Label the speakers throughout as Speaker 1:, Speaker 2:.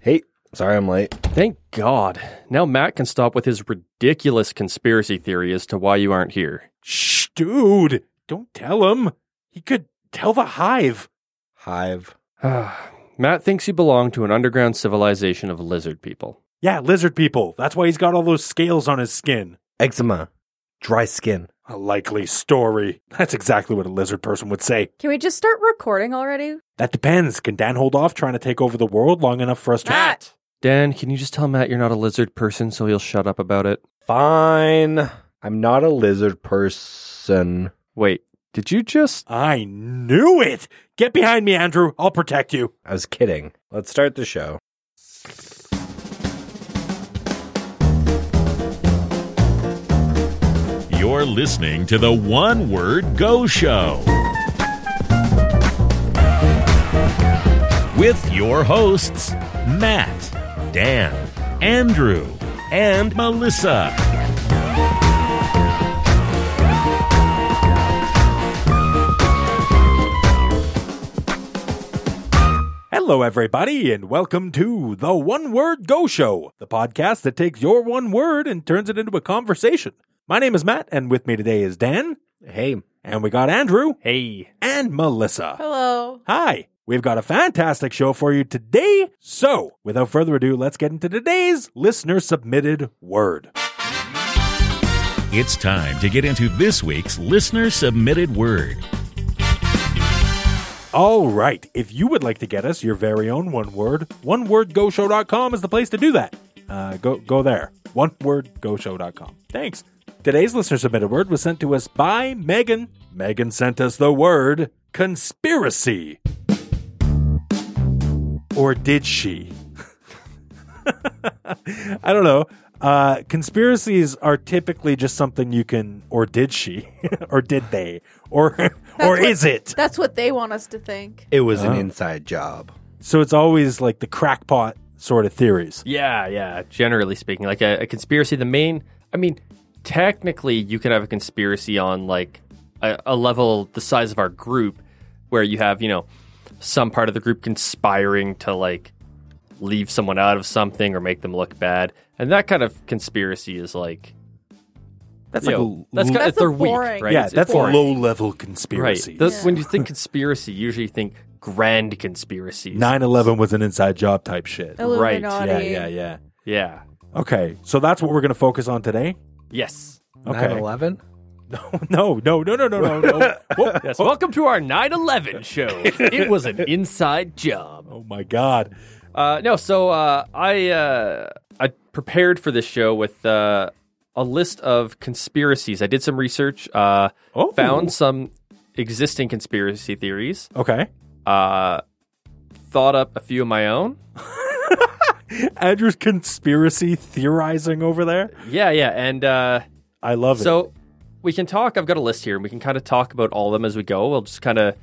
Speaker 1: Hey, sorry I'm late.
Speaker 2: Thank God. Now Matt can stop with his ridiculous conspiracy theory as to why you aren't here.
Speaker 3: Shh, dude. Don't tell him. He could tell the hive.
Speaker 1: Hive.
Speaker 2: Matt thinks you belong to an underground civilization of lizard people.
Speaker 3: Yeah, lizard people. That's why he's got all those scales on his skin.
Speaker 1: Eczema. Dry skin.
Speaker 3: A likely story. That's exactly what a lizard person would say.
Speaker 4: Can we just start recording already?
Speaker 3: That depends. Can Dan hold off trying to take over the world long enough for us to
Speaker 4: Matt!
Speaker 2: Dan, can you just tell Matt you're not a lizard person so he'll shut up about it?
Speaker 1: Fine. I'm not a lizard person.
Speaker 2: Wait, did you just.
Speaker 3: I knew it. Get behind me, Andrew. I'll protect you.
Speaker 1: I was kidding. Let's start the show.
Speaker 5: You're listening to the One Word Go Show with your hosts, Matt, Dan, Andrew, and Melissa.
Speaker 3: Hello, everybody, and welcome to the One Word Go Show, the podcast that takes your one word and turns it into a conversation. My name is Matt, and with me today is Dan,
Speaker 1: Hey.
Speaker 3: and we got Andrew
Speaker 2: Hey.
Speaker 3: and Melissa.
Speaker 4: Hello.
Speaker 3: Hi, we've got a fantastic show for you today. So, without further ado, let's get into today's listener submitted word.
Speaker 5: It's time to get into this week's listener submitted word.
Speaker 3: All right, if you would like to get us your very own one word, onewordgoshow.com is the place to do that. Uh, go go there. Onewordgoshow.com. Thanks. Today's listener submitted word was sent to us by Megan. Megan sent us the word conspiracy. Or did she? I don't know. Uh, conspiracies are typically just something you can, or did she, or did they, or or
Speaker 4: what-
Speaker 3: is it?
Speaker 4: That's what they want us to think.
Speaker 1: It was an inside job.
Speaker 3: So it's always like the crackpot sort of theories.
Speaker 2: Yeah, yeah. Generally speaking, like a, a conspiracy, the main. I mean, technically, you can have a conspiracy on like a, a level the size of our group where you have, you know, some part of the group conspiring to like leave someone out of something or make them look bad. And that kind of conspiracy is like.
Speaker 3: That's
Speaker 2: you
Speaker 3: like
Speaker 2: know,
Speaker 3: a
Speaker 2: that's
Speaker 3: l-
Speaker 2: kind of
Speaker 4: That's a
Speaker 2: they're weak,
Speaker 4: boring-
Speaker 2: right?
Speaker 3: yeah,
Speaker 2: It's- it's
Speaker 3: that's
Speaker 2: boring.
Speaker 3: a low level
Speaker 2: Right.
Speaker 3: conspiracy.
Speaker 2: Those,
Speaker 4: Yeah.
Speaker 2: When you think conspiracy, you usually think grand conspiracies.
Speaker 3: 9/11 was an inside job type shit.
Speaker 4: Oh,
Speaker 2: Right,
Speaker 4: Illuminati.
Speaker 3: Yeah, yeah, yeah.
Speaker 2: Yeah.
Speaker 3: Okay, so that's what we're gonna focus on today.
Speaker 2: Yes.
Speaker 3: Okay.
Speaker 1: 9-11?
Speaker 3: No, no, no, no, no, no, no. Whoa.
Speaker 2: Yes. Welcome to our 9 11 show. It was an inside job.
Speaker 3: Oh my god.
Speaker 2: Uh, no, so uh, I, uh, I prepared for this show with uh, a list of conspiracies. I did some research, uh,
Speaker 3: Oh.
Speaker 2: found some existing conspiracy theories,
Speaker 3: Okay.
Speaker 2: uh, thought up a few of my own.
Speaker 3: Andrew's conspiracy theorizing over there.
Speaker 2: Yeah, yeah. And. Uh,
Speaker 3: I love it.
Speaker 2: So we can talk. I've got a list here, and we can kind of talk about all of them as we go. We'll just kind of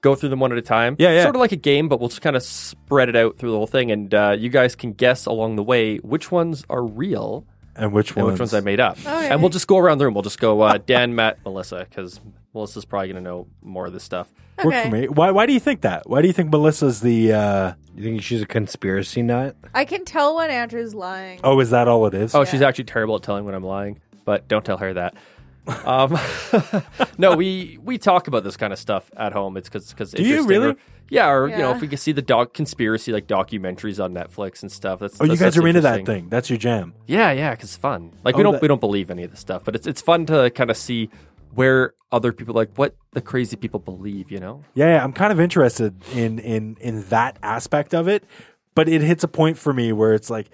Speaker 2: go through them one at a time.
Speaker 3: Yeah, yeah.
Speaker 2: Sort of like a game, but we'll just kind of spread it out through the whole thing, and uh, you guys can guess along the way which ones are real
Speaker 3: and which
Speaker 2: and
Speaker 3: ones?
Speaker 2: which ones I made up.
Speaker 4: Okay.
Speaker 2: And we'll just go around the room. We'll just go uh, Dan, Matt, Melissa, because Melissa's probably going to know more of this stuff.
Speaker 3: work for me? Why? Why do you think that? Why do you think Melissa's the? uh
Speaker 1: You think she's a conspiracy nut?
Speaker 4: I can tell when Andrew's lying.
Speaker 3: Oh, is that all it is?
Speaker 2: Oh, she's actually terrible at telling when I'm lying, but don't tell her that. Um, no, we we talk about this kind of stuff at home. It's because because
Speaker 3: you really?
Speaker 2: yeah, or you know,
Speaker 4: Yeah.
Speaker 2: if we can see the dog conspiracy like documentaries on Netflix and stuff. That's
Speaker 3: Oh, you
Speaker 2: that's-
Speaker 3: guys
Speaker 2: that's
Speaker 3: are into that
Speaker 2: interesting.
Speaker 3: thing. That's your jam.
Speaker 2: Yeah, yeah, because it's fun. Like
Speaker 3: Oh,
Speaker 2: we don't
Speaker 3: that-
Speaker 2: we don't believe any of this stuff, but it's it's fun to kind of see where other people like what the crazy people believe. You know?
Speaker 3: Yeah, yeah, I'm kind of interested in in in that aspect of it, but it hits a point for me where it's like,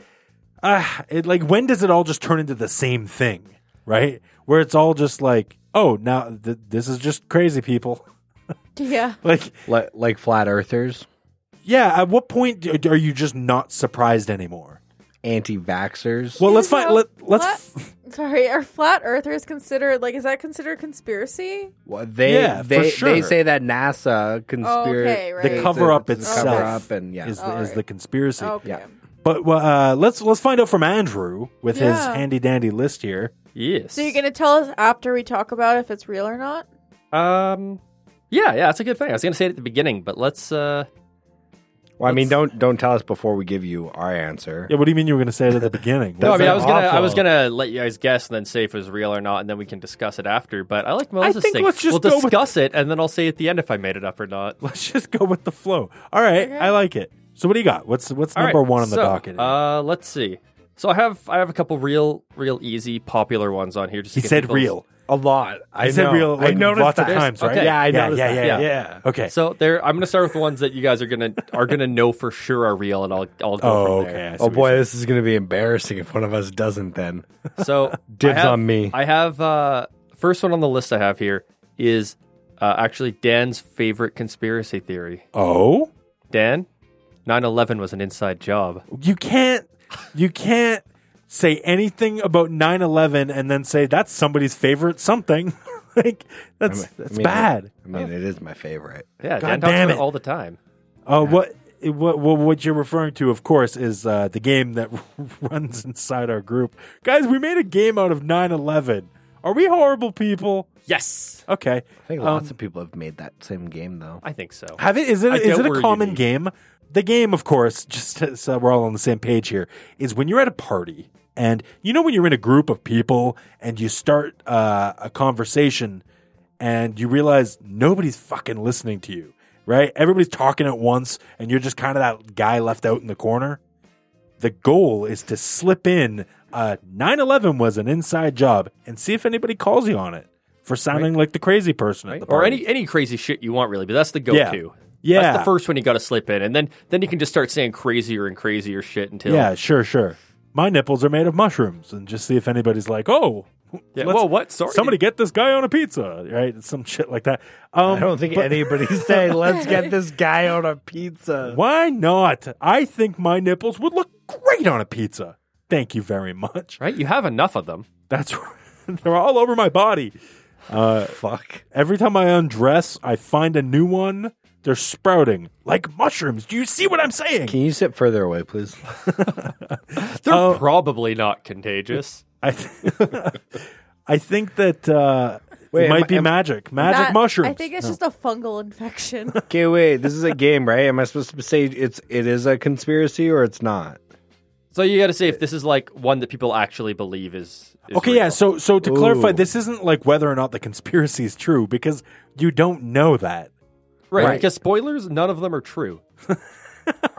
Speaker 3: ah, it like when does it all just turn into the same thing, right? Where it's all just like, oh, now th- this is just crazy people.
Speaker 4: Yeah.
Speaker 3: Like,
Speaker 1: Like, like flat earthers?
Speaker 3: yeah, at what point do- are you just not surprised anymore?
Speaker 1: anti vaxxers
Speaker 3: Well, let's
Speaker 4: Is
Speaker 3: find
Speaker 4: a
Speaker 3: let, let's
Speaker 4: flat- Sorry, are flat earthers considered like is that considered conspiracy?
Speaker 1: Well, they
Speaker 3: Yeah, for
Speaker 1: they they
Speaker 3: sure.
Speaker 1: say that NASA conspiracy
Speaker 4: Okay, right.
Speaker 3: the cover up
Speaker 1: it's a
Speaker 3: itself
Speaker 1: cover up and yeah.
Speaker 3: is the,
Speaker 4: All
Speaker 3: is
Speaker 4: right. Oh.
Speaker 3: the conspiracy.
Speaker 4: Okay.
Speaker 1: Yeah.
Speaker 3: But well, uh, let's let's find out from Andrew with his
Speaker 4: Yeah.
Speaker 3: handy dandy list here.
Speaker 2: Yes.
Speaker 4: So you're gonna tell us after we talk about if it's real or not?
Speaker 2: um. Yeah, yeah, that's a good thing. I was gonna say it at the beginning, but let's uh
Speaker 1: Well, I mean, don't don't tell us before we give you our answer.
Speaker 3: Yeah, what do you mean you were going to say it at the beginning?
Speaker 2: No, I
Speaker 3: What's
Speaker 2: mean I
Speaker 3: that
Speaker 2: was gonna I
Speaker 3: awful?
Speaker 2: was gonna let you guys guess and then say if it was real or not, and then we can discuss it after. But I like Melissa's
Speaker 3: think
Speaker 2: thing.
Speaker 3: let's just
Speaker 2: we'll
Speaker 3: go with-
Speaker 2: discuss it, and then I'll say at the end if I made it up or not.
Speaker 3: Let's just go with the flow. All right, I like it. So what do you got? What's what's
Speaker 2: All right,
Speaker 3: number one on the
Speaker 2: so,
Speaker 3: docket?
Speaker 2: Uh, let's see. So I have I have a couple real real easy popular ones on here. Just to
Speaker 3: he
Speaker 2: get
Speaker 3: said
Speaker 2: people's-
Speaker 3: real.
Speaker 1: A lot. I
Speaker 3: He said
Speaker 1: know.
Speaker 3: real.
Speaker 1: I
Speaker 3: Like,
Speaker 1: noticed
Speaker 3: lots
Speaker 1: that.
Speaker 3: of times, right?
Speaker 2: Okay.
Speaker 1: Yeah, I
Speaker 3: yeah,
Speaker 1: noticed
Speaker 3: yeah,
Speaker 1: that.
Speaker 3: yeah,
Speaker 2: Yeah.
Speaker 3: yeah. Okay.
Speaker 2: So there, I'm gonna start with ones that you guys are gonna are gonna know for sure are real, and I'll I'll go
Speaker 3: oh,
Speaker 2: from there.
Speaker 3: okay. I see
Speaker 1: Oh
Speaker 3: what
Speaker 1: boy, this is going to be embarrassing if one of us doesn't. Then
Speaker 2: So
Speaker 1: Dibs
Speaker 2: I have-
Speaker 1: on me.
Speaker 2: I have uh, first one on the list I have here is uh, actually Dan's favorite conspiracy theory.
Speaker 3: you're- Oh,
Speaker 2: Dan, 9/11 was an inside job.
Speaker 3: you can't. You can't say anything about 9-11 and then say that's somebody's favorite something. like that's that's
Speaker 1: mean,
Speaker 3: bad.
Speaker 1: I mean, it is my favorite.
Speaker 2: Yeah,
Speaker 3: God
Speaker 2: Dan talks
Speaker 3: damn
Speaker 2: about
Speaker 3: it.
Speaker 2: it all the time.
Speaker 3: Uh, what, what what what you're referring to, of course, is uh, the game that runs inside our group. Guys, we made a game out of 9/11. Are we horrible people?
Speaker 2: Yes,
Speaker 3: Okay,
Speaker 1: I think
Speaker 3: Um,
Speaker 1: lots of people have made that same game though.
Speaker 2: I think so.
Speaker 3: Have it? Is it?
Speaker 2: I
Speaker 3: Is
Speaker 2: doubt
Speaker 3: it a
Speaker 2: we're
Speaker 3: common
Speaker 2: unique.
Speaker 3: game? The game, of course, just so we're all on the same page here, is when you're at a party and you know when you're in a group of people and you start uh, a conversation and you realize nobody's fucking listening to you, right? Everybody's talking at once and you're just kind of that guy left out in the corner. The goal is to slip in. Uh, 9/11 was an inside job, and see if anybody calls you on it for sounding like the crazy person at
Speaker 2: Right?
Speaker 3: the
Speaker 2: Or
Speaker 3: party.
Speaker 2: any any crazy shit you want really, but that's the go-to.
Speaker 3: Yeah.
Speaker 2: That's the first one you got to slip in, and then then you can just start saying crazier and crazier shit until
Speaker 3: Yeah, sure, sure. My nipples are made of mushrooms, and just see if anybody's like, "Oh,
Speaker 2: Yeah,
Speaker 3: let's-
Speaker 2: whoa, what? Sorry,
Speaker 3: somebody get this guy on a pizza," right? Some shit like that. Um,
Speaker 1: I don't think anybody's saying, "Let's get this guy on a pizza."
Speaker 3: Why not? I think my nipples would look great on a pizza. Thank you very much.
Speaker 2: Right? You have enough of them.
Speaker 3: That's they're all over my body.
Speaker 1: Fuck.
Speaker 3: Every time I undress, I find a new one. They're sprouting like mushrooms. Do you see what I'm saying?
Speaker 1: Can you sit further away, please?
Speaker 2: They're probably not contagious.
Speaker 3: I, th- I think that uh,
Speaker 1: Wait,
Speaker 3: it
Speaker 1: am
Speaker 3: might
Speaker 1: I-
Speaker 3: be
Speaker 1: am-
Speaker 3: magic, magic
Speaker 4: That-
Speaker 3: mushrooms.
Speaker 4: I think it's just a fungal infection.
Speaker 1: Okay, wait. This is a game, right? Am I supposed to say it's it is a conspiracy or it's not?
Speaker 2: So you got to say if this is like one that people actually believe is. is
Speaker 3: Okay,
Speaker 2: real.
Speaker 3: yeah. So, so to clarify,
Speaker 1: Ooh.
Speaker 3: this isn't like whether or not the conspiracy is true because you don't know that.
Speaker 2: right,
Speaker 1: right.
Speaker 2: because spoilers, none of them are true.
Speaker 1: Uh,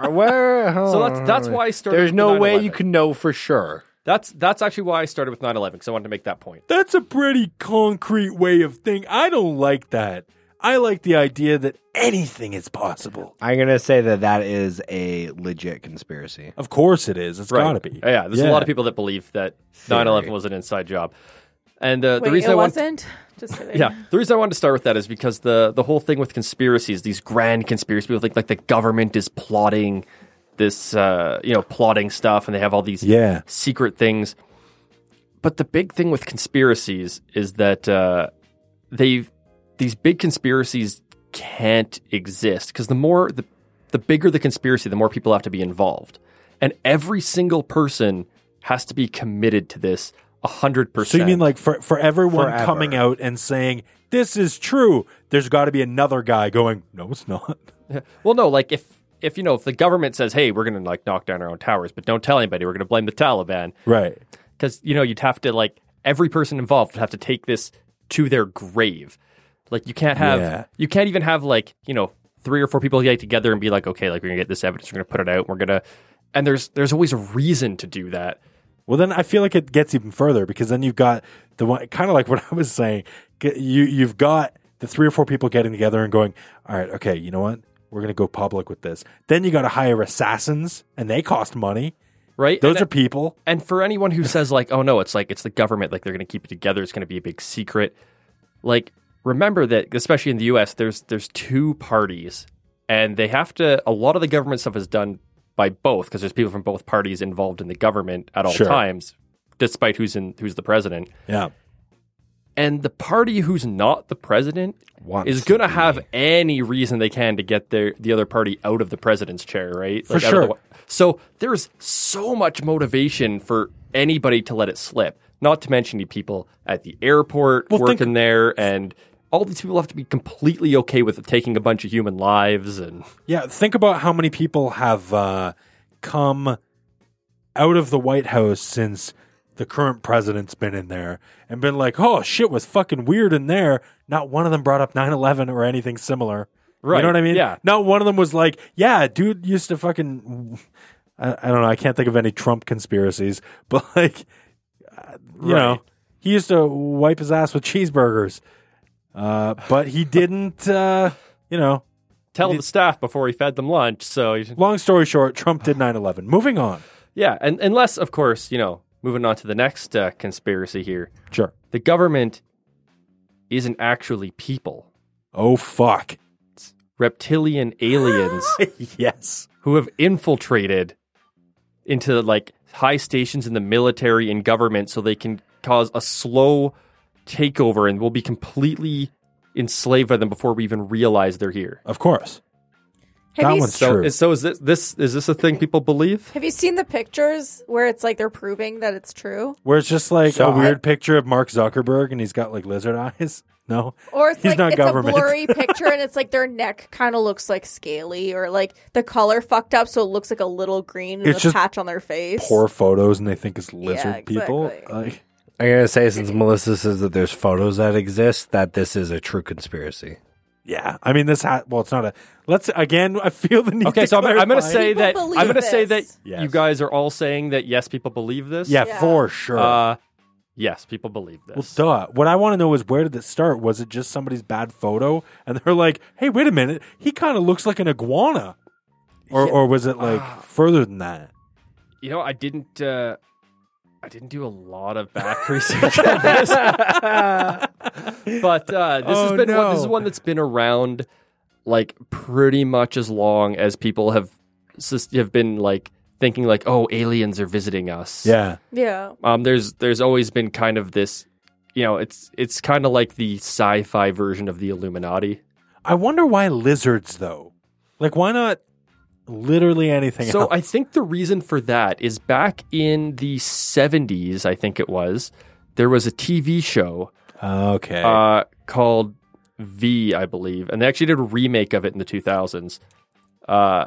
Speaker 1: Where?
Speaker 2: So that's that's why I started.
Speaker 1: There's
Speaker 2: with
Speaker 1: no way
Speaker 2: 9/11.
Speaker 1: you can know for sure.
Speaker 2: That's that's actually why I started with 9/11 because I wanted to make that point.
Speaker 3: That's a pretty concrete way of thing. I don't like that. I like the idea that anything is possible.
Speaker 1: I'm gonna say that that is a legit conspiracy.
Speaker 3: Of course, it is. It's
Speaker 2: Right.
Speaker 3: got to be.
Speaker 2: Yeah, there's a lot of people that believe that 9/11 was an inside job, and uh,
Speaker 4: Wait,
Speaker 2: the reason
Speaker 4: it
Speaker 2: I want
Speaker 4: wasn't. Just kidding.
Speaker 2: Yeah, the reason I wanted to start with that is because the the whole thing with conspiracies, these grand conspiracy people think like the government is plotting this, uh, you know, plotting stuff, and they have all these
Speaker 3: Yeah.
Speaker 2: secret things. But the big thing with conspiracies is that uh, they these big conspiracies can't exist because the more the the bigger the conspiracy, the more people have to be involved, and every single person has to be committed to this hundred
Speaker 3: So
Speaker 2: percent.
Speaker 3: you mean like for for everyone
Speaker 1: Forever.
Speaker 3: coming out and saying this is true? There's got to be another guy going, no, it's not.
Speaker 2: Well, no, like if if you know if the government says, "Hey, we're going to like knock down our own towers, but don't tell anybody. We're going to blame the Taliban,"
Speaker 3: Right.
Speaker 2: because you know you'd have to like every person involved would have to take this to their grave. Like you can't have
Speaker 3: Yeah.
Speaker 2: you can't even have like you know three or four people get together and be like, "Okay, like we're going to get this evidence. We're going to put it out. We're going to," and there's there's always a reason to do that.
Speaker 3: Well, then I feel like it gets even further because then you've got the one kind of like what I was saying. Get- You you've got the three or four people getting together and going, all right, okay, you know what? We're gonna go public with this. Then you got to hire assassins, and they cost money.
Speaker 2: Right?
Speaker 3: Those
Speaker 2: And-
Speaker 3: are people.
Speaker 2: And for anyone who says like, "Oh no, it's like it's the government, like they're going to keep it together, it's going to be a big secret." Like remember that especially in the US, there's there's two parties and they have to a lot of the government stuff is done by both because there's people from both parties involved in the government at all
Speaker 3: Sure.
Speaker 2: times despite who's in who's the president.
Speaker 3: Yeah,
Speaker 2: And the party who's not the president
Speaker 1: Wants
Speaker 2: is going to
Speaker 1: to be.
Speaker 2: have any reason they can to get their the other party out of the president's chair, right?
Speaker 3: For
Speaker 2: out of the
Speaker 3: sure.
Speaker 2: wa- so there's so much motivation for anybody to let it slip. Not to mention the people at the airport
Speaker 3: Well, think-
Speaker 2: working there and all these people have to be completely okay with taking a bunch of human lives and
Speaker 3: Yeah, think about how many people have uh, come out of the White House since the current president's been in there and been like, oh, shit was fucking weird in there. Not one of them brought up 9 11 or anything similar. You
Speaker 2: Right,
Speaker 3: know what I mean?
Speaker 2: yeah.
Speaker 3: Not one of them was like, yeah, dude used to fucking. I, I don't know. I can't think of any Trump conspiracies, but like, uh, you
Speaker 2: Right.
Speaker 3: know, he used to wipe his ass with cheeseburgers. Uh, but he didn't, uh, you know,
Speaker 2: tell the staff before he fed them lunch. So you-
Speaker 3: Long story short, Trump did 9 11. Moving on.
Speaker 2: yeah, and unless of course you know moving on to the next uh, conspiracy here,
Speaker 3: Sure.
Speaker 2: the government isn't actually people.
Speaker 3: Oh, fuck.
Speaker 2: reptilian aliens
Speaker 3: yes.
Speaker 2: who have infiltrated into like high stations in the military and government so they can cause a slow takeover and we'll be completely enslaved by them before we even realize they're here.
Speaker 3: Of course.
Speaker 4: Have
Speaker 3: That
Speaker 4: you
Speaker 3: one's
Speaker 4: s-
Speaker 2: So
Speaker 3: True.
Speaker 2: is so is this, this is this a thing people believe?
Speaker 4: Have you seen the pictures where it's like they're proving that it's true?
Speaker 3: Where it's just like
Speaker 1: So
Speaker 3: a weird picture of Mark Zuckerberg and he's got like lizard eyes. No.
Speaker 4: Or it's
Speaker 3: He's
Speaker 4: like
Speaker 3: not
Speaker 4: it's
Speaker 3: government.
Speaker 4: a blurry picture and it's like their neck kind of looks like scaly or like the color fucked up so it looks like a little green
Speaker 3: It's
Speaker 4: with a
Speaker 3: just
Speaker 4: patch on their face.
Speaker 3: Poor photos and they think it's lizard people.
Speaker 4: exactly.
Speaker 3: Like,
Speaker 1: I gotta say, since Melissa says that there's photos that exist, that this is a true conspiracy.
Speaker 3: yeah. I mean, this hat. Well, it's not a. Let's again. I feel the need.
Speaker 2: Okay,
Speaker 3: to
Speaker 2: so I'm, I'm going to
Speaker 3: clarify.
Speaker 2: say
Speaker 4: People
Speaker 2: that I'm
Speaker 4: believe
Speaker 2: going to say that
Speaker 4: this.
Speaker 3: Yes.
Speaker 2: you guys are all saying that yes people believe this.
Speaker 3: Yeah,
Speaker 4: Yeah.
Speaker 3: for sure.
Speaker 2: Uh yes, people believe
Speaker 3: well,
Speaker 2: this.
Speaker 3: duh. What I want to know is where did it start? Was it just somebody's bad photo? And they're like, hey, wait a minute. He kind of looks like an iguana. Or, or was it like
Speaker 2: Ah.
Speaker 3: further than that?
Speaker 2: you know, I didn't uh I didn't do a lot of back research on this. but uh this has
Speaker 3: Oh,
Speaker 2: been one, this is
Speaker 3: no.
Speaker 2: one that's been around like pretty much as long as people have sus- have been like thinking like oh aliens are visiting us.
Speaker 3: Yeah.
Speaker 4: Yeah.
Speaker 2: Um there's there's always been kind of this you know, it's it's kind of like the sci-fi version of the Illuminati.
Speaker 3: I wonder why lizards though. Like why not literally anything
Speaker 2: So
Speaker 3: else?
Speaker 2: I think the reason for that is back in the 70s, I think it was, there was a TV show
Speaker 3: okay.
Speaker 2: uh, called V, I believe, and they actually did a remake of it in the 2000s. Uh,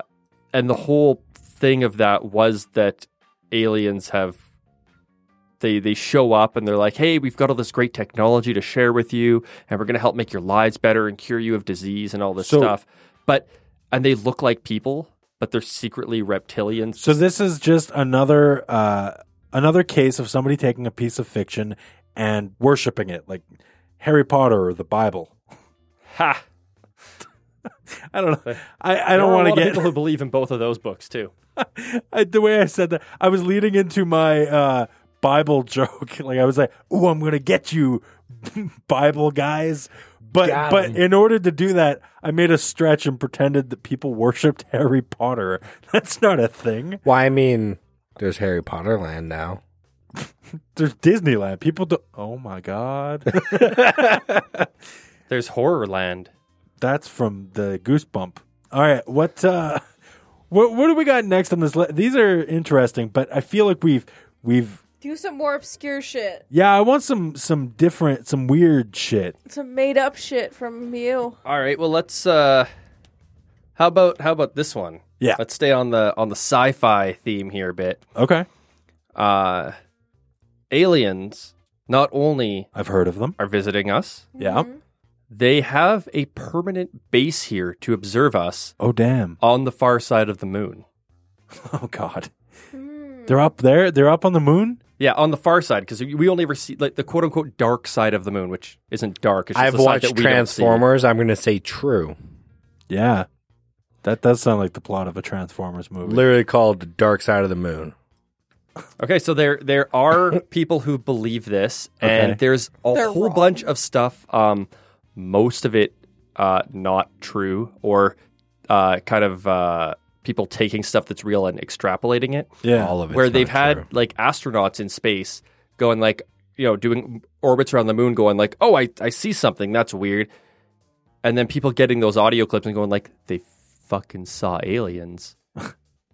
Speaker 2: and the whole thing of that was that aliens have they they show up and they're like, "Hey, we've got all this great technology to share with you, and we're going to help make your lives better and cure you of disease and all this
Speaker 3: So-
Speaker 2: stuff." But and they look like people, but they're secretly reptilians.
Speaker 3: so this is just another uh another case of somebody taking a piece of fiction and worshiping it like Harry Potter or the Bible.
Speaker 2: ha!
Speaker 3: I don't know. I, I
Speaker 2: There
Speaker 3: don't
Speaker 2: are a
Speaker 3: want
Speaker 2: lot
Speaker 3: to
Speaker 2: of
Speaker 3: get
Speaker 2: people who believe in both of those books too.
Speaker 3: I, the way I said that, I was leading into my uh, Bible joke. Like I was like, "Oh, I'm gonna get you, Bible guys." But
Speaker 2: Got
Speaker 3: but
Speaker 2: 'em.
Speaker 3: in order to do that, I made a stretch and pretended that people worshipped Harry Potter. That's not a thing.
Speaker 1: Well, I mean, there's Harry Potter land now.
Speaker 3: There's Disneyland. People do. Oh my god,
Speaker 2: There's Horrorland.
Speaker 3: that's from the Goosebump. All right, what uh, what what do we got next on this? li These are interesting, but I feel like we've we've
Speaker 4: Do some more obscure shit.
Speaker 3: yeah. I want some some different some weird shit.
Speaker 4: Some made up shit from you.
Speaker 2: All right. Well, let's. uh How about how about this one?
Speaker 3: Yeah.
Speaker 2: Let's stay on the on the sci-fi theme here a bit.
Speaker 3: Okay.
Speaker 2: Uh Aliens not only
Speaker 3: I've heard of them.
Speaker 2: are visiting us,
Speaker 3: Yeah.
Speaker 2: they have a permanent base here to observe us
Speaker 3: Oh damn.
Speaker 2: on the far side of the moon.
Speaker 3: Oh god. They're up there. They're up on the moon.
Speaker 2: Yeah, on the far side because we only receive like the quote unquote dark side of the moon, which isn't dark. It's just
Speaker 1: I've
Speaker 2: the side
Speaker 1: watched
Speaker 2: that we don't see.
Speaker 1: Transformers. I'm gonna say true.
Speaker 3: Yeah. That does sound like the plot of a Transformers movie.
Speaker 1: Literally called the Dark Side of the Moon.
Speaker 2: Okay, so there there are people who believe this, and
Speaker 3: Okay.
Speaker 2: there's a
Speaker 4: They're
Speaker 2: whole
Speaker 4: wrong.
Speaker 2: bunch of stuff. Um, most of it uh, not true, or uh, kind of uh, people taking stuff that's real and extrapolating it.
Speaker 3: yeah.
Speaker 1: All of it.
Speaker 2: where they've had like astronauts in space going like you know doing orbits around the moon, going like, oh, I I see something that's weird, and then people getting those audio clips and going like, they fucking saw aliens.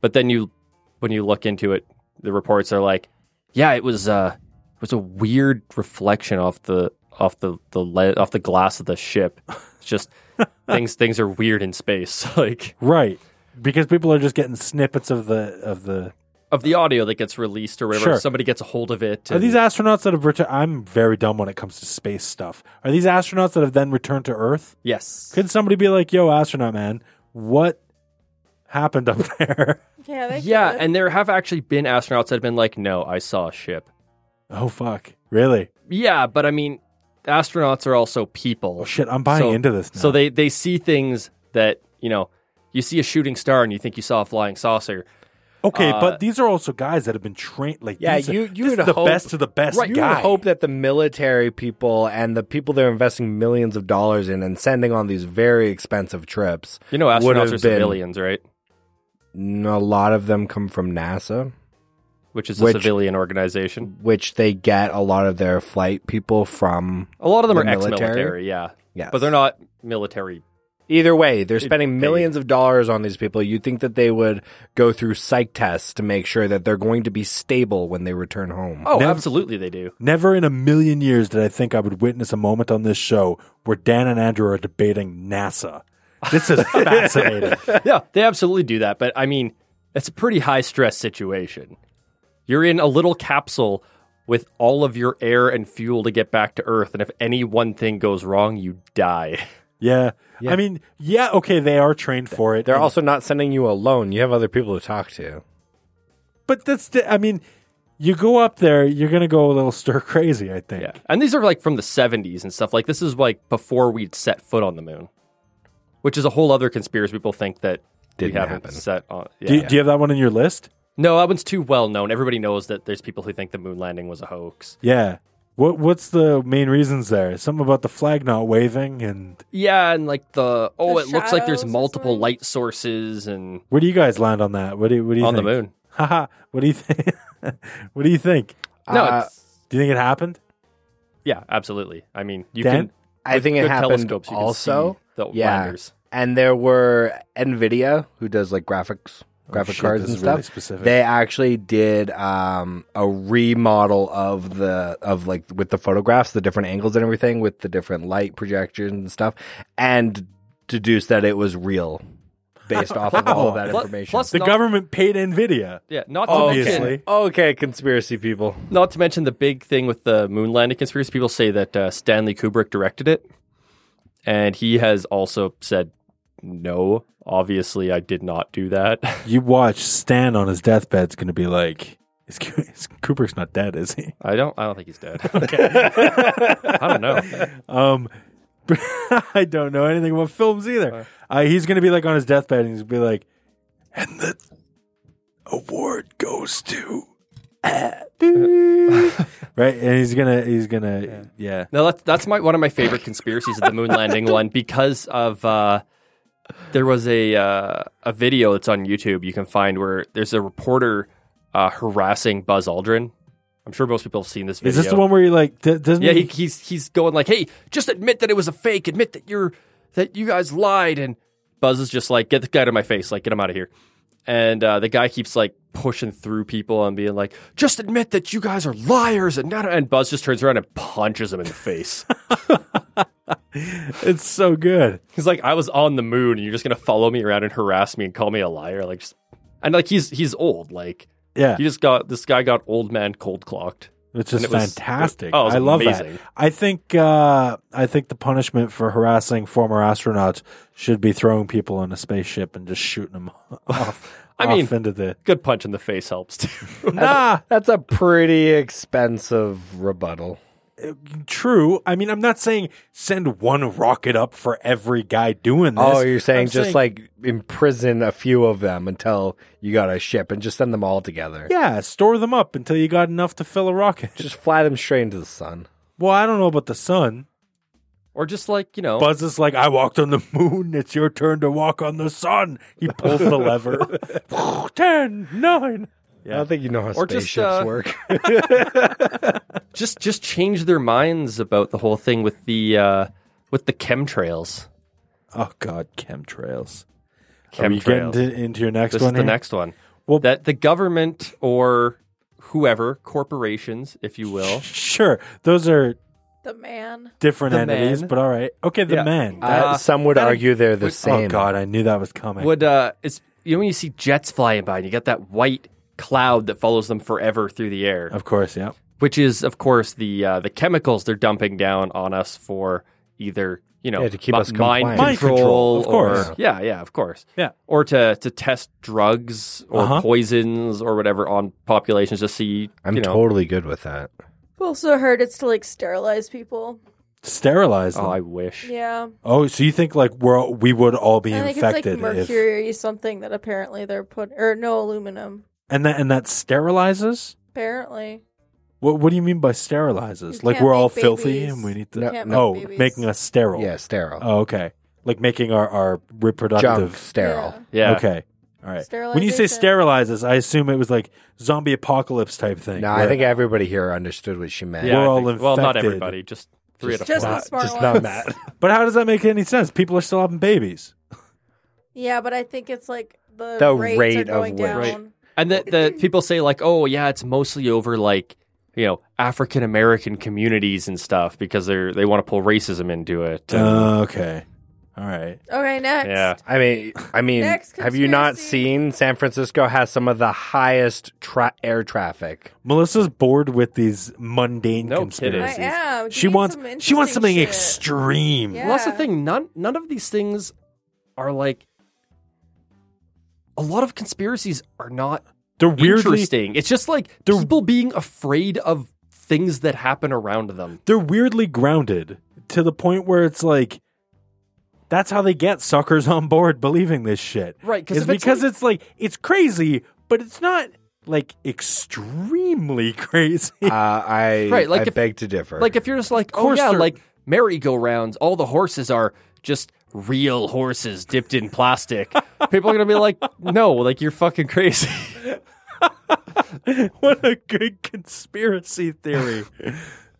Speaker 2: but then you when you look into it, the reports are like, yeah, it was uh it was a weird reflection off the off the the le- off the glass of the ship. It's just things things are weird in space, like
Speaker 3: Right. Because people are just getting snippets of the of the
Speaker 2: of the audio that gets released or whatever.
Speaker 3: Sure.
Speaker 2: Somebody gets a hold of it.
Speaker 3: Are
Speaker 2: and-
Speaker 3: these astronauts that have returned? I'm very dumb when it comes to space stuff. Are these astronauts that have then returned to Earth?
Speaker 2: yes,
Speaker 3: Could somebody be like, "Yo, astronaut man, what happened up there?"
Speaker 4: Yeah, they
Speaker 2: yeah,
Speaker 4: could've.
Speaker 2: and there have actually been astronauts that have been like, "No, I saw a ship."
Speaker 3: oh fuck, really?
Speaker 2: Yeah, but I mean, astronauts are also people.
Speaker 3: Oh shit, I'm buying
Speaker 2: So-
Speaker 3: into this. Now.
Speaker 2: So they they see things that you know. You see a shooting star and you think you saw a flying saucer.
Speaker 3: okay,
Speaker 2: uh,
Speaker 3: but these are also guys that have been trained. Like,
Speaker 1: Yeah,
Speaker 3: these are-
Speaker 1: you- you
Speaker 3: this is
Speaker 1: would
Speaker 3: the
Speaker 1: hope-
Speaker 3: best of the best
Speaker 1: You would
Speaker 3: guy.
Speaker 1: hope that the military people and the people they're investing millions of dollars in and sending on these very expensive trips,
Speaker 2: You know,
Speaker 1: Would have
Speaker 2: astronauts are
Speaker 1: been.
Speaker 2: civilians, right?
Speaker 1: n- a lot of them come from NASA,
Speaker 2: Which is a
Speaker 1: Which-
Speaker 2: civilian organization.
Speaker 1: which they get a lot of their flight people from.
Speaker 2: A lot of them
Speaker 1: The
Speaker 2: are ex-military,
Speaker 1: military?
Speaker 2: yeah,
Speaker 1: Yes.
Speaker 2: but they're not military.
Speaker 1: Either way, they're
Speaker 2: It-
Speaker 1: spending
Speaker 2: they-
Speaker 1: millions of dollars on these people. You'd think that they would go through psych tests to make sure that they're going to be stable when they return home.
Speaker 2: Oh,
Speaker 3: Never-
Speaker 2: absolutely, they do.
Speaker 3: Never in a million years did I think I would witness a moment on this show where Dan and Andrew are debating NASA. This is fascinating.
Speaker 2: yeah, they absolutely do that. But I mean, it's a pretty high stress situation. You're in a little capsule with all of your air and fuel to get back to Earth, and if any one thing goes wrong, you die.
Speaker 3: Yeah. I mean, yeah, okay, they are trained for it.
Speaker 1: They're
Speaker 3: And-
Speaker 1: also not sending you alone. You have other people to talk to.
Speaker 3: but that's the, I mean, you go up there, you're gonna go a little stir crazy, I think.
Speaker 2: Yeah, and these are like from the 70s and stuff. Like this is like before we'd set foot on the moon, which is a whole other conspiracy. People think that
Speaker 1: Didn't
Speaker 2: we haven't
Speaker 1: happen.
Speaker 2: set on. Yeah.
Speaker 3: Do, you- do you have that one in your list?
Speaker 2: no, that one's too well known. Everybody knows that there's people who think the moon landing was a hoax.
Speaker 3: Yeah. What what's the main reasons there? Something about the flag not waving and
Speaker 2: Yeah, and like the oh,
Speaker 4: The
Speaker 2: it looks like there's
Speaker 4: shadows or
Speaker 2: multiple
Speaker 4: something?
Speaker 2: light sources and
Speaker 3: where do you guys land on that? What do you, what do you
Speaker 2: on
Speaker 3: think?
Speaker 2: the moon.
Speaker 3: Haha. what do you think? what do you think?
Speaker 2: No,
Speaker 1: Uh,
Speaker 2: it's-
Speaker 3: Do you think it happened?
Speaker 2: yeah, absolutely. I mean, you
Speaker 3: Dan?
Speaker 2: can
Speaker 1: I think it
Speaker 2: good
Speaker 1: happened
Speaker 2: telescopes, you can
Speaker 1: also.
Speaker 2: see the
Speaker 1: Yeah.
Speaker 2: landers.
Speaker 1: and there were Nvidia who does like
Speaker 2: Oh,
Speaker 1: graphics, graphic
Speaker 3: shit,
Speaker 1: cards
Speaker 3: this
Speaker 1: and
Speaker 3: is really
Speaker 1: stuff.
Speaker 3: specific.
Speaker 1: They actually did um, a remodel of the of like with the photographs, the different angles and everything, with the different light projections and stuff, and deduced that it was real based off of all of that
Speaker 2: Plus-
Speaker 1: information.
Speaker 2: plus
Speaker 3: The
Speaker 2: not-
Speaker 3: government paid Nvidia.
Speaker 2: Yeah, not to mention
Speaker 3: Obviously.
Speaker 1: okay. okay, conspiracy people.
Speaker 2: Not to mention the big thing with the moon landing conspiracy. People say that uh, Stanley Kubrick directed it, and he has also said, "No, obviously, I did not do that."
Speaker 3: You watch Stan on his deathbed's gonna be like, is, Ku- is Kubrick's not dead, is he?
Speaker 2: I don't. I don't think he's dead. I don't know.
Speaker 3: Um, I don't know anything about films either. Uh, he's going to be like on his deathbed, and he's going to be like, and the award goes to. ah, boop." right, and he's gonna, he's gonna, yeah.
Speaker 2: No, that's that's my one of my favorite conspiracies of the moon landing one because of uh, there was a uh, a video that's on YouTube you can find where there's a reporter uh, harassing Buzz Aldrin. I'm sure most people have seen this video.
Speaker 3: Is this the one where you like? d- Doesn't
Speaker 2: Yeah,
Speaker 3: he,
Speaker 2: he, he's he's going like, "Hey, just admit that it was a fake. Admit that you're that you guys lied." And Buzz is just like, "Get the guy out of my face! Like, get him out of here." And uh, the guy keeps like pushing through people and being like, "Just admit that you guys are liars!" And not, and Buzz just turns around and punches him in the face.
Speaker 3: it's so good.
Speaker 2: he's like, "I was on the moon, and you're just gonna follow me around and harass me and call me a liar?" Like, just, and like he's he's old. Like,
Speaker 3: Yeah,
Speaker 2: he just got this guy got old man cold clocked.
Speaker 3: It's just
Speaker 2: And it was-
Speaker 3: fantastic.
Speaker 2: oh, it was
Speaker 3: I love
Speaker 2: amazing.
Speaker 3: that. I think uh, I think the punishment for harassing former astronauts should be throwing people in a spaceship and just shooting them off.
Speaker 2: I
Speaker 3: off
Speaker 2: mean-
Speaker 3: into the
Speaker 2: Good punch in the face helps too.
Speaker 3: nah.
Speaker 1: That's a pretty expensive rebuttal.
Speaker 3: True. I mean, I'm not saying send one rocket up for every guy doing this.
Speaker 1: Oh, you're saying
Speaker 3: I'm
Speaker 1: just like imprison a few of them until you got a ship and just send them all together.
Speaker 3: yeah, store them up until you got enough to fill a rocket.
Speaker 1: Just fly them straight into the sun.
Speaker 3: Well, I don't know about the sun.
Speaker 2: or just like you know,
Speaker 3: Buzz is like, I walked on the moon. It's your turn to walk on the sun. He pulls the lever. Ten, nine.
Speaker 1: I don't think you know how
Speaker 2: Or just,
Speaker 1: spaceships
Speaker 2: uh,
Speaker 1: work.
Speaker 2: just just change their minds about the whole thing with the uh, with the chemtrails.
Speaker 3: Oh God, chemtrails. Are we getting
Speaker 2: Chemtrails.
Speaker 3: to, into your next
Speaker 2: this is
Speaker 3: one?
Speaker 2: the
Speaker 3: here?
Speaker 2: next one.
Speaker 3: Well-
Speaker 2: that the government or whoever corporations, if you will,
Speaker 3: Sure, those are
Speaker 4: The man.
Speaker 3: Different
Speaker 2: The
Speaker 3: entities,
Speaker 2: man.
Speaker 3: but all right. Okay, the
Speaker 2: Yeah.
Speaker 3: man.
Speaker 2: Uh,
Speaker 1: Uh, some would
Speaker 2: that-
Speaker 1: argue they're the
Speaker 2: would- oh,
Speaker 1: same.
Speaker 3: Oh God, I knew that was coming.
Speaker 2: Would uh, it's you know when you see jets flying by and you got that white cloud that follows them forever through the air,
Speaker 3: Of course, yeah.
Speaker 2: which is of course the uh, the chemicals they're dumping down on us for either you know
Speaker 1: Yeah, to keep
Speaker 2: mi-
Speaker 1: us
Speaker 2: mind,
Speaker 1: compliant.
Speaker 3: Mind
Speaker 2: control,
Speaker 3: control, of course.
Speaker 2: or yeah yeah of course
Speaker 3: Yeah.
Speaker 2: or to to test drugs or
Speaker 3: Uh-huh.
Speaker 2: poisons or whatever on populations to see
Speaker 1: I'm
Speaker 2: you know
Speaker 1: totally good with that.
Speaker 4: I've also heard it's to like sterilize people.
Speaker 3: Sterilize them.
Speaker 2: oh
Speaker 3: Oh,
Speaker 2: I wish
Speaker 4: Yeah.
Speaker 3: so you think like we're all- we would all be
Speaker 4: I think
Speaker 3: infected?
Speaker 4: it's like
Speaker 3: if-
Speaker 4: mercury something that apparently they're put or no aluminum.
Speaker 3: and that and that sterilizes.
Speaker 4: Apparently.
Speaker 3: What What do you mean by sterilizes?
Speaker 4: You
Speaker 3: like
Speaker 4: can't
Speaker 3: we're all
Speaker 4: make
Speaker 3: filthy
Speaker 4: babies.
Speaker 3: and we need to.
Speaker 1: No,
Speaker 4: Can't make
Speaker 3: oh,
Speaker 4: babies.
Speaker 3: making us sterile.
Speaker 1: Yeah, sterile.
Speaker 3: Oh, okay. Like making our our
Speaker 1: Junk
Speaker 3: reproductive.
Speaker 1: sterile.
Speaker 2: yeah
Speaker 3: Okay. All right.
Speaker 4: Sterilization.
Speaker 3: When you say sterilizes, I assume it was like zombie apocalypse type thing.
Speaker 1: No, I
Speaker 3: where-
Speaker 1: think everybody here understood what she meant.
Speaker 2: yeah
Speaker 3: We're
Speaker 2: I
Speaker 3: all
Speaker 2: think- well not
Speaker 3: infected.
Speaker 2: everybody just three out of
Speaker 4: Just
Speaker 2: four
Speaker 4: the
Speaker 1: Not-
Speaker 4: smart
Speaker 1: just
Speaker 4: ones.
Speaker 1: not Matt.
Speaker 3: But how does that make any sense? People are still having babies.
Speaker 4: Yeah, but I think it's like the,
Speaker 1: The
Speaker 4: rates
Speaker 1: rate
Speaker 4: are
Speaker 1: of
Speaker 4: going
Speaker 1: which.
Speaker 4: down.
Speaker 2: Right. And that the people say like, oh yeah, it's mostly over like you know African American communities and stuff because they're they want to pull racism into it. And-
Speaker 3: Uh, okay. All right.
Speaker 4: Okay, next.
Speaker 2: yeah,
Speaker 1: I mean, I mean,
Speaker 4: Next
Speaker 1: have you not
Speaker 4: conspiracy.
Speaker 1: seen San Francisco has some of the highest tra- air traffic?
Speaker 3: Melissa's bored with these mundane
Speaker 2: No kidding.
Speaker 4: I
Speaker 3: conspiracies.
Speaker 4: am. Give
Speaker 3: She
Speaker 4: me
Speaker 3: wants
Speaker 4: some
Speaker 3: she wants
Speaker 4: interesting
Speaker 3: something
Speaker 4: shit.
Speaker 3: extreme.
Speaker 4: Yeah.
Speaker 2: well, that's the thing. None none of these things are like. A lot of conspiracies are not
Speaker 3: They're weirdly
Speaker 2: interesting. It's just like
Speaker 3: They're-
Speaker 2: people being afraid of things that happen around them.
Speaker 3: they're weirdly grounded to the point where it's like that's how they get suckers on board believing this shit.
Speaker 2: Right, 'cause
Speaker 3: Is
Speaker 2: if it's
Speaker 3: because
Speaker 2: like-
Speaker 3: it's like it's crazy, but it's not like extremely crazy.
Speaker 1: Uh, I
Speaker 2: Right, like
Speaker 1: I
Speaker 2: if-
Speaker 1: beg to differ.
Speaker 2: Like if you're just like, oh
Speaker 3: course
Speaker 2: yeah,
Speaker 3: they're-
Speaker 2: like merry-go-rounds, all the horses are just real horses dipped in plastic. People are gonna be like, no, like you're fucking crazy.
Speaker 3: what a good conspiracy theory.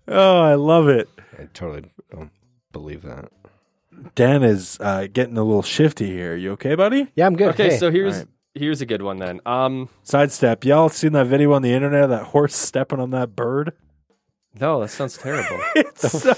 Speaker 3: oh, I love it.
Speaker 1: I totally don't believe that.
Speaker 3: Dan is uh, getting a little shifty here. You okay, buddy?
Speaker 1: Yeah, I'm good.
Speaker 2: okay,
Speaker 1: Hey.
Speaker 2: so here's
Speaker 3: all right.
Speaker 2: here's a good one then. Um,
Speaker 3: Sidestep. Y'all seen that video on the internet of that horse stepping on that bird?
Speaker 2: no, that sounds terrible.
Speaker 3: It's so-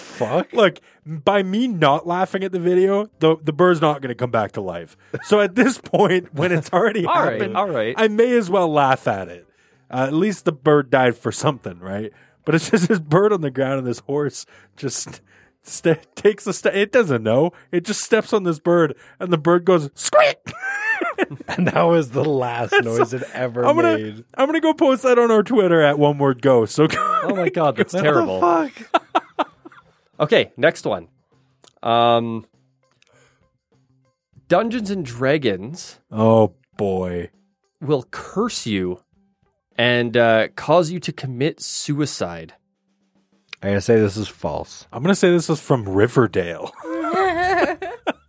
Speaker 3: Look, by me not laughing at the video, the the bird's not going to come back to life. So at this point, when it's already
Speaker 2: all right,
Speaker 3: happened,
Speaker 2: all right.
Speaker 3: I may as well laugh at it. Uh, at least the bird died for something, right? But it's just this bird on the ground and this horse just st- takes a step. It doesn't know. It just steps on this bird and the bird goes squeak.
Speaker 1: and that was the last noise it ever
Speaker 3: I'm gonna
Speaker 1: made.
Speaker 3: I'm gonna go post that on our Twitter at one word go. So
Speaker 2: oh my god, that's terrible.
Speaker 1: Fuck.
Speaker 2: Okay, next one. Um, Dungeons and Dragons
Speaker 3: oh boy.
Speaker 2: will curse you and uh, cause you to commit suicide.
Speaker 1: I'm gonna say this is false.
Speaker 3: I'm gonna say this is from Riverdale.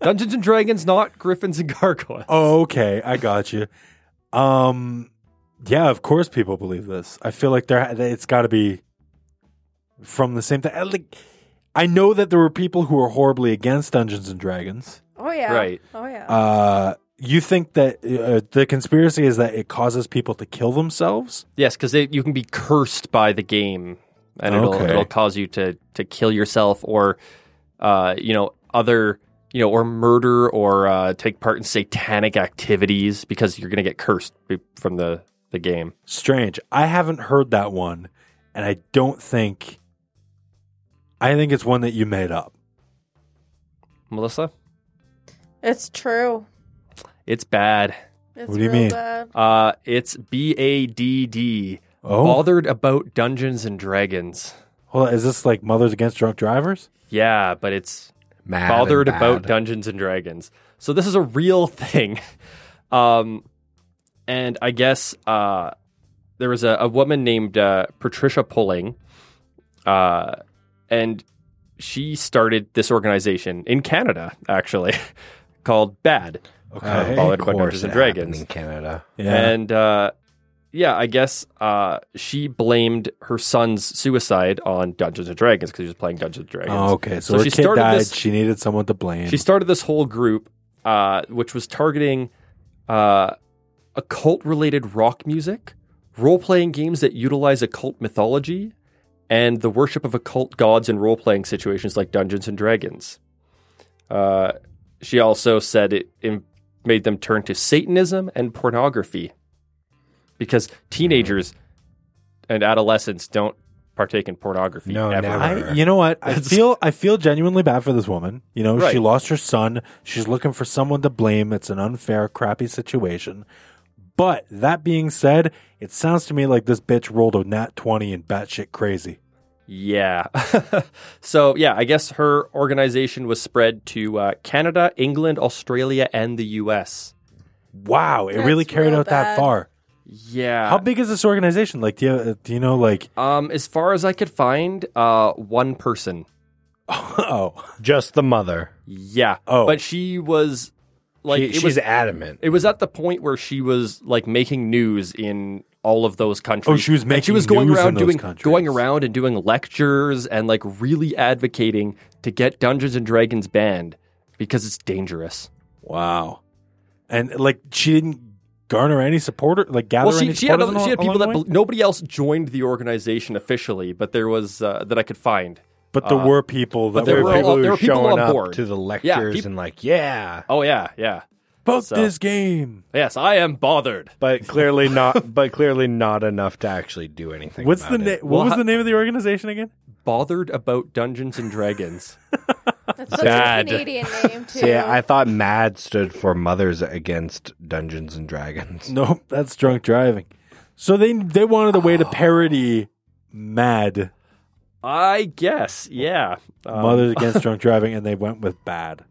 Speaker 2: Dungeons and Dragons, not Griffins and Gargoyles.
Speaker 3: Oh, okay, I got you. Um, yeah, of course people believe this. I feel like there it's got to be from the same thing. I, like, I know that there were people who were horribly against Dungeons and Dragons.
Speaker 4: Oh yeah.
Speaker 2: Right.
Speaker 4: Oh yeah.
Speaker 3: Uh, you think that uh, the conspiracy is that it causes people to kill themselves?
Speaker 2: Yes, because you can be cursed by the game, and it'll
Speaker 3: Okay.
Speaker 2: it'll cause you to to kill yourself or, uh, you know, other you know, or murder or uh, take part in satanic activities because you're gonna get cursed b- from the the game.
Speaker 3: Strange. I haven't heard that one, and I don't think. I think it's one that you made up.
Speaker 2: Melissa,
Speaker 4: it's true.
Speaker 2: it's bad.
Speaker 4: It's
Speaker 3: What do you
Speaker 4: real
Speaker 3: mean?
Speaker 4: Bad.
Speaker 2: Uh, it's B A D D.
Speaker 3: Oh,
Speaker 2: Bothered about Dungeons and Dragons.
Speaker 3: hold on. Is this like Mothers Against Drunk Drivers?
Speaker 2: Yeah, but it's
Speaker 1: Mad and
Speaker 2: bothered
Speaker 1: bad.
Speaker 2: about Dungeons and Dragons. So this is a real thing. Um, and I guess uh, there was a, a woman named uh, Patricia Pulling, uh, and she started this organization in Canada, actually, called BAD.
Speaker 1: Oh,
Speaker 2: Bothered
Speaker 1: of course
Speaker 2: by Dungeons and
Speaker 1: it happened
Speaker 2: Dragons.
Speaker 1: in Canada.
Speaker 2: And uh, yeah, I guess uh, she blamed her son's suicide on Dungeons and Dragons because he was playing Dungeons and Dragons.
Speaker 3: Oh, okay. So,
Speaker 2: So
Speaker 3: her
Speaker 2: she
Speaker 3: kid
Speaker 2: started
Speaker 3: died.
Speaker 2: this-
Speaker 3: She needed someone to blame.
Speaker 2: She started this whole group, uh, which was targeting uh, occult related rock music, role playing games that utilize occult mythology, and the worship of occult gods in role playing situations like Dungeons and Dragons. Uh, she also said it, im- made them turn to Satanism and pornography because
Speaker 1: Mm.
Speaker 2: teenagers and adolescents don't partake in pornography
Speaker 1: No,
Speaker 2: ever.
Speaker 1: never.
Speaker 3: I, you know what? I feel I feel genuinely bad for this woman. You know, she
Speaker 2: Right.
Speaker 3: lost her son. She's looking for someone to blame. It's an unfair, crappy situation. But that being said, it sounds to me like this bitch rolled a nat twenty and batshit crazy.
Speaker 2: Yeah. so, yeah, I guess her organization was spread to uh, Canada, England, Australia, and the US.
Speaker 3: Wow, it
Speaker 4: That's
Speaker 3: really carried
Speaker 4: real
Speaker 3: out that
Speaker 4: bad.
Speaker 3: far.
Speaker 2: Yeah.
Speaker 3: How big is this organization? Like, do you, do you know, like,
Speaker 2: Um, as far as I could find, uh, one person.
Speaker 3: oh,
Speaker 1: Just the mother.
Speaker 2: Yeah.
Speaker 3: Oh.
Speaker 2: But she was like,
Speaker 1: She-
Speaker 2: it
Speaker 1: she's
Speaker 2: was
Speaker 1: adamant.
Speaker 2: It was at the point where she was like making news in all of those countries.
Speaker 3: Oh, she was
Speaker 2: And she
Speaker 3: making
Speaker 2: was going
Speaker 3: news in
Speaker 2: around
Speaker 3: those
Speaker 2: doing
Speaker 3: countries.
Speaker 2: going around and doing lectures and like really advocating to get Dungeons and Dragons banned because it's dangerous.
Speaker 3: wow. And like, she didn't garner any supporter, like, gather
Speaker 2: well, she,
Speaker 3: any
Speaker 2: she had
Speaker 3: supporters.
Speaker 2: other, she had
Speaker 3: al-
Speaker 2: people that
Speaker 3: along the way?
Speaker 2: bel- nobody else joined the organization officially, but there was uh, that I could find.
Speaker 3: Uh, but there were people that
Speaker 2: but there
Speaker 3: were,
Speaker 2: were
Speaker 3: like,
Speaker 2: all- there were people
Speaker 1: showing
Speaker 2: on
Speaker 1: up
Speaker 2: board.
Speaker 1: to the lectures
Speaker 2: peop-
Speaker 1: and like, yeah,
Speaker 2: Oh yeah, yeah.
Speaker 3: fuck
Speaker 2: so-
Speaker 3: this game.
Speaker 2: Yes, I am bothered.
Speaker 1: but clearly not. but clearly not enough to actually do anything.
Speaker 3: What's
Speaker 1: about
Speaker 3: the
Speaker 1: it.
Speaker 3: na- what
Speaker 2: Well,
Speaker 3: was
Speaker 2: ho-
Speaker 3: the name of the organization again?
Speaker 2: Bothered about Dungeons and Dragons.
Speaker 4: That's such
Speaker 1: Sad.
Speaker 4: a Canadian name too.
Speaker 1: See, I thought MAD stood for Mothers Against Dungeons and Dragons.
Speaker 3: Nope, that's drunk driving. So they they wanted a way to parody Mad
Speaker 2: I guess, yeah. Um,
Speaker 3: Mothers Against Drunk Driving, and they went with Bad.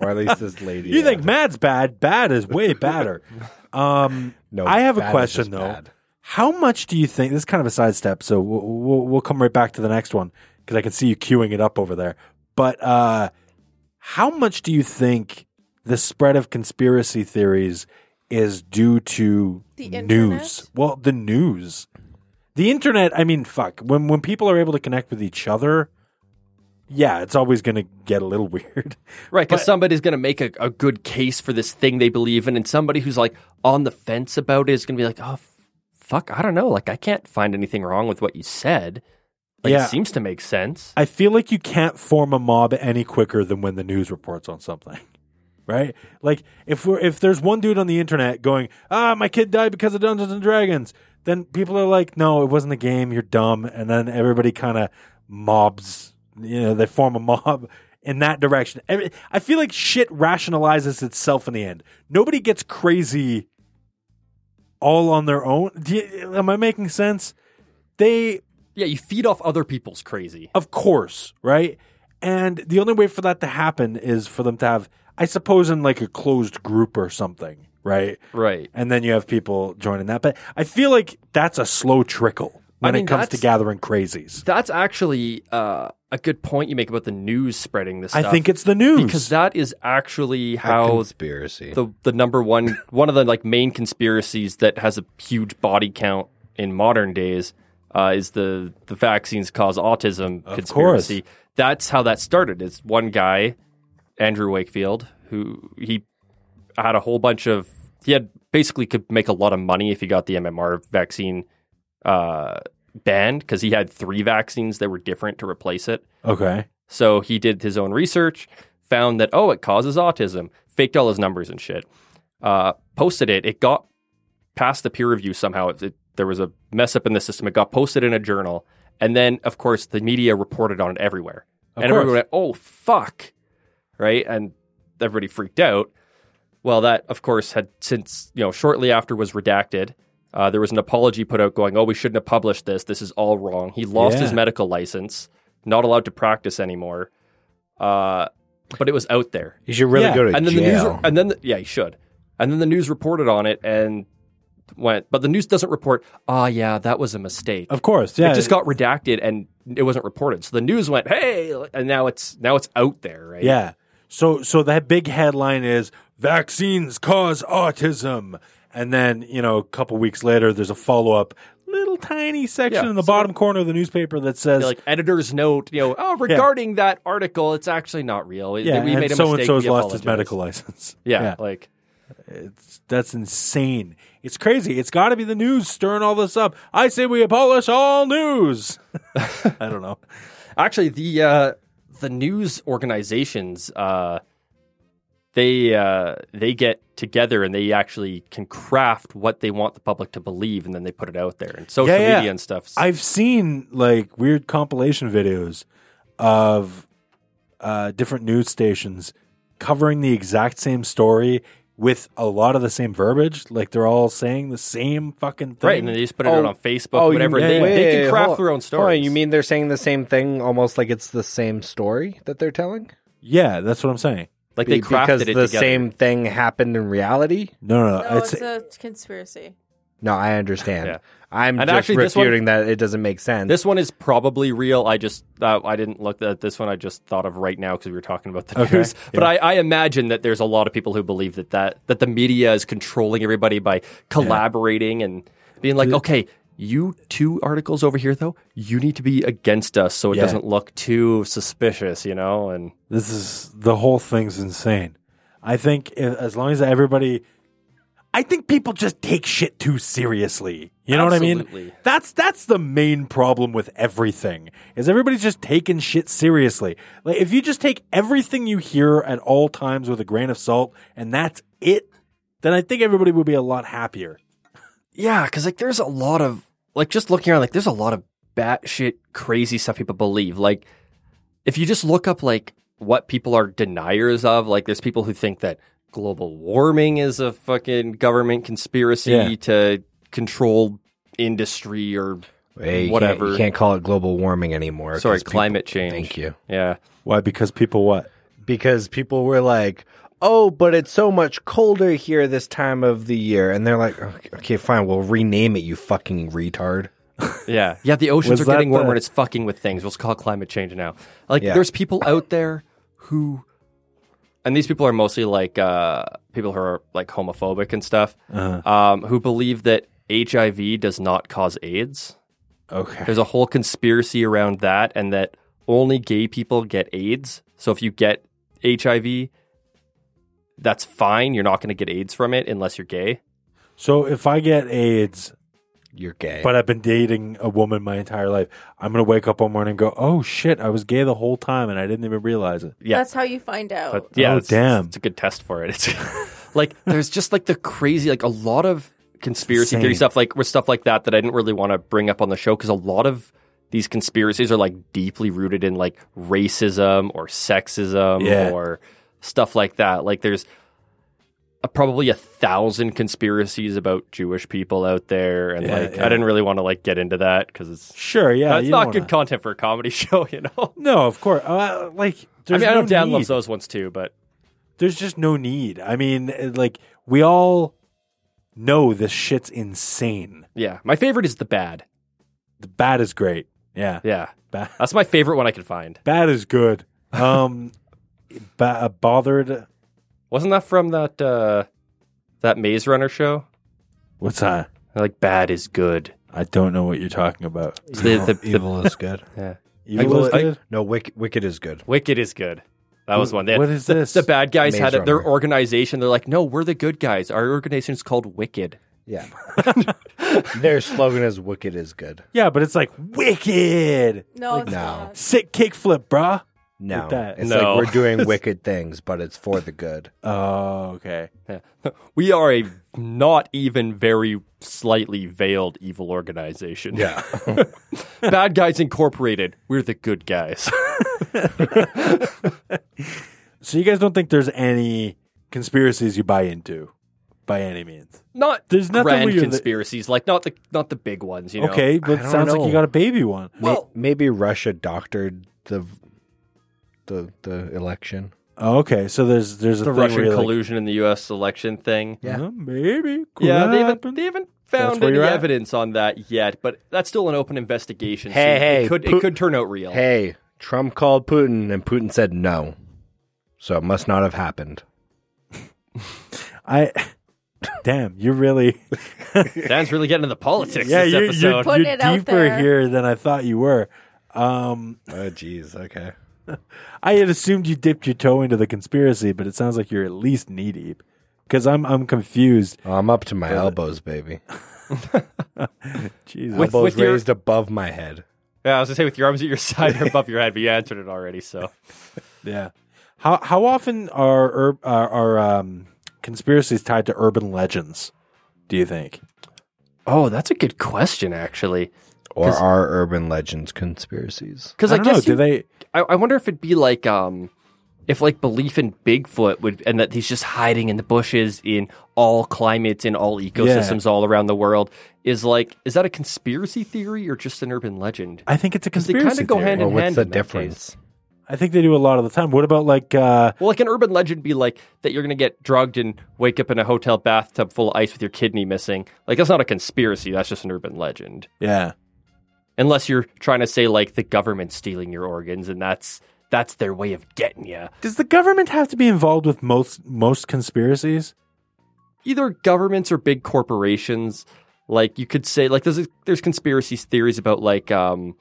Speaker 1: Or at least this lady.
Speaker 3: You think Mad's bad? Bad is way badder. um,
Speaker 1: No,
Speaker 3: I have
Speaker 1: bad
Speaker 3: a
Speaker 1: is
Speaker 3: question
Speaker 1: just
Speaker 3: though.
Speaker 1: bad.
Speaker 3: How much do you think? This is kind of a sidestep, so we'll, we'll we'll come right back to the next one because I can see you queuing it up over there. But uh, how much do you think the spread of conspiracy theories is due to
Speaker 4: The
Speaker 3: news?
Speaker 4: internet?
Speaker 3: Well, the news, the internet. I mean, fuck. When when people are able to connect with each other, yeah, it's always going to get a little weird.
Speaker 2: Right, because
Speaker 3: But-
Speaker 2: somebody's going to make a, a good case for this thing they believe in, and somebody who's like on the fence about it is going to be like, oh, f- fuck, I don't know. Like, I can't find anything wrong with what you said. Like,
Speaker 3: Yeah.
Speaker 2: it seems to make sense.
Speaker 3: I feel like you can't form a mob any quicker than when the news reports on something. Right? Like if we're if there's one dude on the internet going, "Ah, my kid died because of Dungeons and Dragons." Then people are like, "No, it wasn't a game. You're dumb." And then everybody kind of mobs, you know, they form a mob in that direction. Every- I feel like shit rationalizes itself in the end. Nobody gets crazy all on their own. Do you, am I making sense? They
Speaker 2: Yeah, you feed off other people's crazy.
Speaker 3: of course, right? And the only way for that to happen is for them to have, I suppose, in like a closed group or something, right?
Speaker 2: Right.
Speaker 3: And then you have people joining that. But I feel like that's a slow trickle when
Speaker 2: I mean,
Speaker 3: it comes to
Speaker 2: that's-
Speaker 3: gathering crazies.
Speaker 2: That's actually uh, a good point you make about the news spreading this
Speaker 3: I
Speaker 2: stuff.
Speaker 3: think it's the news.
Speaker 2: because that is actually
Speaker 1: A
Speaker 2: how
Speaker 1: conspiracy?
Speaker 2: the the number one one of the like main conspiracies that has a huge body count in modern days uh, is the the vaccines cause autism conspiracy. That's how that started. It's one guy, Andrew Wakefield, who he had a whole bunch of he had basically could make a lot of money if he got the MMR vaccine uh, banned because he had three vaccines that were different to replace it.
Speaker 3: okay.
Speaker 2: So he did his own research, found that, oh, it causes autism, faked all his numbers and shit, uh, posted it. It got past the peer review somehow. It, it, there was a mess up in the system. It got posted in a journal. And then, of course, the media reported on it everywhere.
Speaker 3: Of
Speaker 2: and
Speaker 3: course.
Speaker 2: everyone went, oh, fuck. Right. And everybody freaked out. Well, that, of course, had since, you know, shortly after was redacted. Uh, there was an apology put out going, oh, we shouldn't have published this. This is all wrong. He lost his
Speaker 3: Yeah.
Speaker 2: medical license, not allowed to practice anymore. Uh, but it was out there.
Speaker 1: you should really
Speaker 3: Yeah,
Speaker 1: go to
Speaker 2: and then
Speaker 1: jail.
Speaker 2: the news, and then, the, yeah, he should. And then the news reported on it and went, but the news doesn't report, ah, yeah, that was a mistake.
Speaker 3: Of course. Yeah.
Speaker 2: It just got redacted and it wasn't reported. So the news went, hey, and now it's now it's out there, right?
Speaker 3: Yeah. So so that big headline is vaccines cause autism. And then, you know, a couple weeks later there's a follow up little tiny section
Speaker 2: Yeah,
Speaker 3: in the
Speaker 2: so-
Speaker 3: bottom corner of the newspaper that says
Speaker 2: like editor's note, you know, oh, regarding that article, it's actually not real. It-
Speaker 3: yeah,
Speaker 2: we
Speaker 3: and
Speaker 2: made a
Speaker 3: so
Speaker 2: mistake.
Speaker 3: and so's
Speaker 2: we
Speaker 3: lost his
Speaker 2: apologize."
Speaker 3: medical license.
Speaker 2: Yeah, like
Speaker 3: It's, that's insane. It's crazy. It's got to be the news stirring all this up. I say we abolish all news. I don't know.
Speaker 2: Actually, the uh, the news organizations uh, they uh, they get together and they actually can craft what they want the public to believe, and then they put it out there and social
Speaker 3: Yeah, yeah.
Speaker 2: media and stuff.
Speaker 3: I've seen like weird compilation videos of uh, different news stations covering the exact same story with a lot of the same verbiage. Like they're all saying the same fucking thing.
Speaker 2: right, and then they just put it
Speaker 1: Oh,
Speaker 2: out on Facebook, whatever.
Speaker 1: you-
Speaker 2: and they, they
Speaker 1: wait,
Speaker 2: can craft
Speaker 1: hold
Speaker 2: their own
Speaker 1: on. Hold on,
Speaker 2: story.
Speaker 1: You mean they're saying the same thing, almost like it's the same story that they're telling?
Speaker 3: yeah, that's what I'm saying.
Speaker 2: like they
Speaker 1: Be-
Speaker 2: crafted
Speaker 1: because
Speaker 2: it
Speaker 1: the
Speaker 2: together.
Speaker 1: same thing happened in reality.
Speaker 3: No, no, no.
Speaker 4: No,
Speaker 3: it's,
Speaker 4: it's a conspiracy.
Speaker 1: No, I understand.
Speaker 2: Yeah.
Speaker 1: I'm
Speaker 2: And
Speaker 1: just
Speaker 2: actually, this one-
Speaker 1: refuting that it doesn't make sense.
Speaker 2: This one is probably real. I just uh, I didn't look at this one. I just thought of right now because we were talking about the
Speaker 3: Okay,
Speaker 2: news. But I, I imagine that there's a lot of people who believe that that that the media is controlling everybody by collaborating and being like, okay, you two articles over here though, you need to be against us so it
Speaker 3: Yeah.
Speaker 2: doesn't look too suspicious, you know. And
Speaker 3: This is the whole thing's insane. I think i- as long as everybody, I think people just take shit too seriously. You know what I mean?
Speaker 2: Absolutely.
Speaker 3: That's that's the main problem with everything. Is everybody's just taking shit seriously? Like if you just take everything you hear at all times with a grain of salt, and that's it, then I think everybody would be a lot happier.
Speaker 2: Yeah, because like there's a lot of like just looking around, like there's a lot of batshit crazy stuff people believe. Like if you just look up like what people are deniers of, like there's people who think that global warming is a fucking government conspiracy
Speaker 3: Yeah.
Speaker 2: to control industry or
Speaker 1: Hey, you can't-
Speaker 2: whatever.
Speaker 1: you can't call it global warming anymore.
Speaker 2: sorry,
Speaker 1: 'cause people-
Speaker 2: climate change.
Speaker 1: Thank you.
Speaker 2: Yeah.
Speaker 3: Why? Because people what?
Speaker 1: Because people were like, "Oh, but it's so much colder here this time of the year," and they're like, "Okay, okay, fine, we'll rename it. You fucking retard."
Speaker 2: Yeah. Yeah, the oceans
Speaker 3: Was
Speaker 2: are getting
Speaker 3: that
Speaker 2: warmer
Speaker 3: the-
Speaker 2: and it's fucking with things. Let's call it climate change now. Like
Speaker 1: Yeah.
Speaker 2: there's people out there who and these people are mostly like uh, people who are like homophobic and stuff,
Speaker 3: Uh-huh.
Speaker 2: um, who believe that HIV does not cause AIDS.
Speaker 3: Okay.
Speaker 2: There's a whole conspiracy around that, and that only gay people get AIDS. So if you get HIV, that's fine. You're not going to get AIDS from it unless you're gay.
Speaker 3: So if I get AIDS,
Speaker 1: You're gay.
Speaker 3: but I've been dating a woman my entire life. I'm gonna wake up one morning and go, "Oh shit, I was gay the whole time and I didn't even realize it."
Speaker 2: Yeah.
Speaker 4: That's how you find out.
Speaker 2: But yeah,
Speaker 3: Oh,
Speaker 2: it's, it's-
Speaker 3: damn.
Speaker 2: it's a good test for it. It's like there's just like the crazy, like a lot of conspiracy
Speaker 3: Insane.
Speaker 2: theory stuff, like with stuff like that that I didn't really want to bring up on the show because a lot of these conspiracies are like deeply rooted in like racism or sexism
Speaker 3: Yeah.
Speaker 2: or stuff like that. Like there's a, probably a thousand conspiracies about Jewish people out there, and
Speaker 3: Yeah,
Speaker 2: like
Speaker 3: yeah.
Speaker 2: I didn't really want to like get into that because it's
Speaker 3: Sure, yeah,
Speaker 2: that's
Speaker 3: you
Speaker 2: not
Speaker 3: don't
Speaker 2: good
Speaker 3: wanna-
Speaker 2: content for a comedy show, you know.
Speaker 3: no, of course. Uh, like,
Speaker 2: I
Speaker 3: there's
Speaker 2: mean, I know
Speaker 3: no
Speaker 2: Dan
Speaker 3: need.
Speaker 2: loves those ones too, but
Speaker 3: There's just no need. I mean, it- like, we all know this shit's insane.
Speaker 2: yeah, my favorite is the bad.
Speaker 3: The bad is great. Yeah,
Speaker 2: Yeah.
Speaker 3: bad,
Speaker 2: That's my favorite one I could find.
Speaker 3: bad is good. Um, ba- uh, bothered.
Speaker 2: Wasn't that from that uh that Maze Runner show?
Speaker 3: What's that?
Speaker 2: Like bad is good.
Speaker 3: I don't know what you're talking about.
Speaker 2: It's the- the- the-
Speaker 1: Oh, evil is good.
Speaker 2: yeah.
Speaker 3: Evil is
Speaker 1: I-
Speaker 3: good.
Speaker 1: no, wicked, wicked is good.
Speaker 2: Wicked is good. That was one. They
Speaker 3: What is
Speaker 2: the,
Speaker 3: this?
Speaker 2: The bad guys
Speaker 1: Maze
Speaker 2: had it, their
Speaker 1: Runner.
Speaker 2: organization. They're like, no, we're the good guys. Our organization is called Wicked.
Speaker 1: Yeah. Their slogan is "Wicked is good."
Speaker 3: Yeah, but it's like wicked.
Speaker 4: no, it's
Speaker 1: no.
Speaker 4: not.
Speaker 3: Sick kickflip, bruh.
Speaker 1: No,
Speaker 3: Like that.
Speaker 1: it's
Speaker 2: No.
Speaker 1: like we're doing wicked things, but it's for the good.
Speaker 3: Oh, okay.
Speaker 2: Yeah. We are a not even very slightly veiled evil organization.
Speaker 1: Yeah.
Speaker 2: bad guys incorporated. We're the good guys.
Speaker 3: So you guys don't think there's any conspiracies you buy into by any means?
Speaker 2: not
Speaker 3: There's nothing
Speaker 2: grand
Speaker 3: weird that-
Speaker 2: conspiracies, like not the not the big ones, you know.
Speaker 3: okay, but
Speaker 1: I
Speaker 3: it
Speaker 1: don't
Speaker 3: sounds like
Speaker 1: know.
Speaker 3: you got a baby one.
Speaker 2: Well-
Speaker 1: May- maybe Russia doctored the the the election.
Speaker 3: Oh, okay, so there's there's a
Speaker 2: The
Speaker 3: thing
Speaker 2: Russian
Speaker 3: where you're like,
Speaker 2: collusion in the U.S. election thing.
Speaker 1: Yeah.
Speaker 3: "Huh, maybe. Could
Speaker 2: yeah, they
Speaker 3: happen."
Speaker 2: haven't, they haven't found
Speaker 3: where
Speaker 2: any
Speaker 3: you're at?
Speaker 2: evidence on that yet, but that's still an open investigation.
Speaker 1: Hey,
Speaker 2: it
Speaker 1: hey,
Speaker 2: could,
Speaker 1: Pu-
Speaker 2: it could turn out real.
Speaker 1: Hey, Trump called Putin, and Putin said no, so it must not have happened.
Speaker 3: I. Damn, you're really
Speaker 2: Dan's really getting into politics
Speaker 3: yeah,
Speaker 2: this
Speaker 3: you're,
Speaker 2: episode.
Speaker 3: you're,
Speaker 4: Putting
Speaker 3: you're
Speaker 4: it out
Speaker 3: deeper
Speaker 4: there.
Speaker 3: here than I thought you were. Um,
Speaker 1: Oh, jeez. Okay.
Speaker 3: I had assumed you dipped your toe into the conspiracy, but it sounds like you're at least knee deep. because I'm I'm confused.
Speaker 1: I'm up to my elbows, baby.
Speaker 3: Jesus.
Speaker 2: With-
Speaker 1: elbows
Speaker 2: with your-
Speaker 1: raised above my head.
Speaker 2: Yeah, I was gonna say with your arms at your side or above your head, but you answered it already. So
Speaker 3: Yeah. How how often are ur- are, are um, conspiracies tied to urban legends? Do you think?
Speaker 2: Oh, that's a good question, actually.
Speaker 1: Or
Speaker 2: 'Cause-
Speaker 1: are urban legends conspiracies?
Speaker 2: Because
Speaker 3: I
Speaker 2: I,
Speaker 3: don't
Speaker 2: guess
Speaker 3: know.
Speaker 2: you-
Speaker 3: Do they?
Speaker 2: I, I wonder if it'd be like um, if like belief in Bigfoot would, and that he's just hiding in the bushes in all climates, in all ecosystems, all around the world. Is like, is that a conspiracy theory or just an urban legend?
Speaker 3: I think it's a
Speaker 2: 'Cause they
Speaker 3: conspiracy.
Speaker 2: kinda go
Speaker 3: theory.
Speaker 2: hand in
Speaker 1: Or what's
Speaker 2: hand
Speaker 1: the
Speaker 2: in that
Speaker 1: difference?
Speaker 3: I think they do a lot of the time. What about like? Uh,
Speaker 2: Well, like an urban legend be like that you're gonna get drugged and wake up in a hotel bathtub full of ice with your kidney missing. Like that's not a conspiracy. That's just an urban legend.
Speaker 3: yeah.
Speaker 2: unless you're trying to say like the government's stealing your organs and that's that's their way of getting you.
Speaker 3: Does the government have to be involved with most most conspiracies?
Speaker 2: Either governments or big corporations, like you could say, like there's there's conspiracy theories about like um,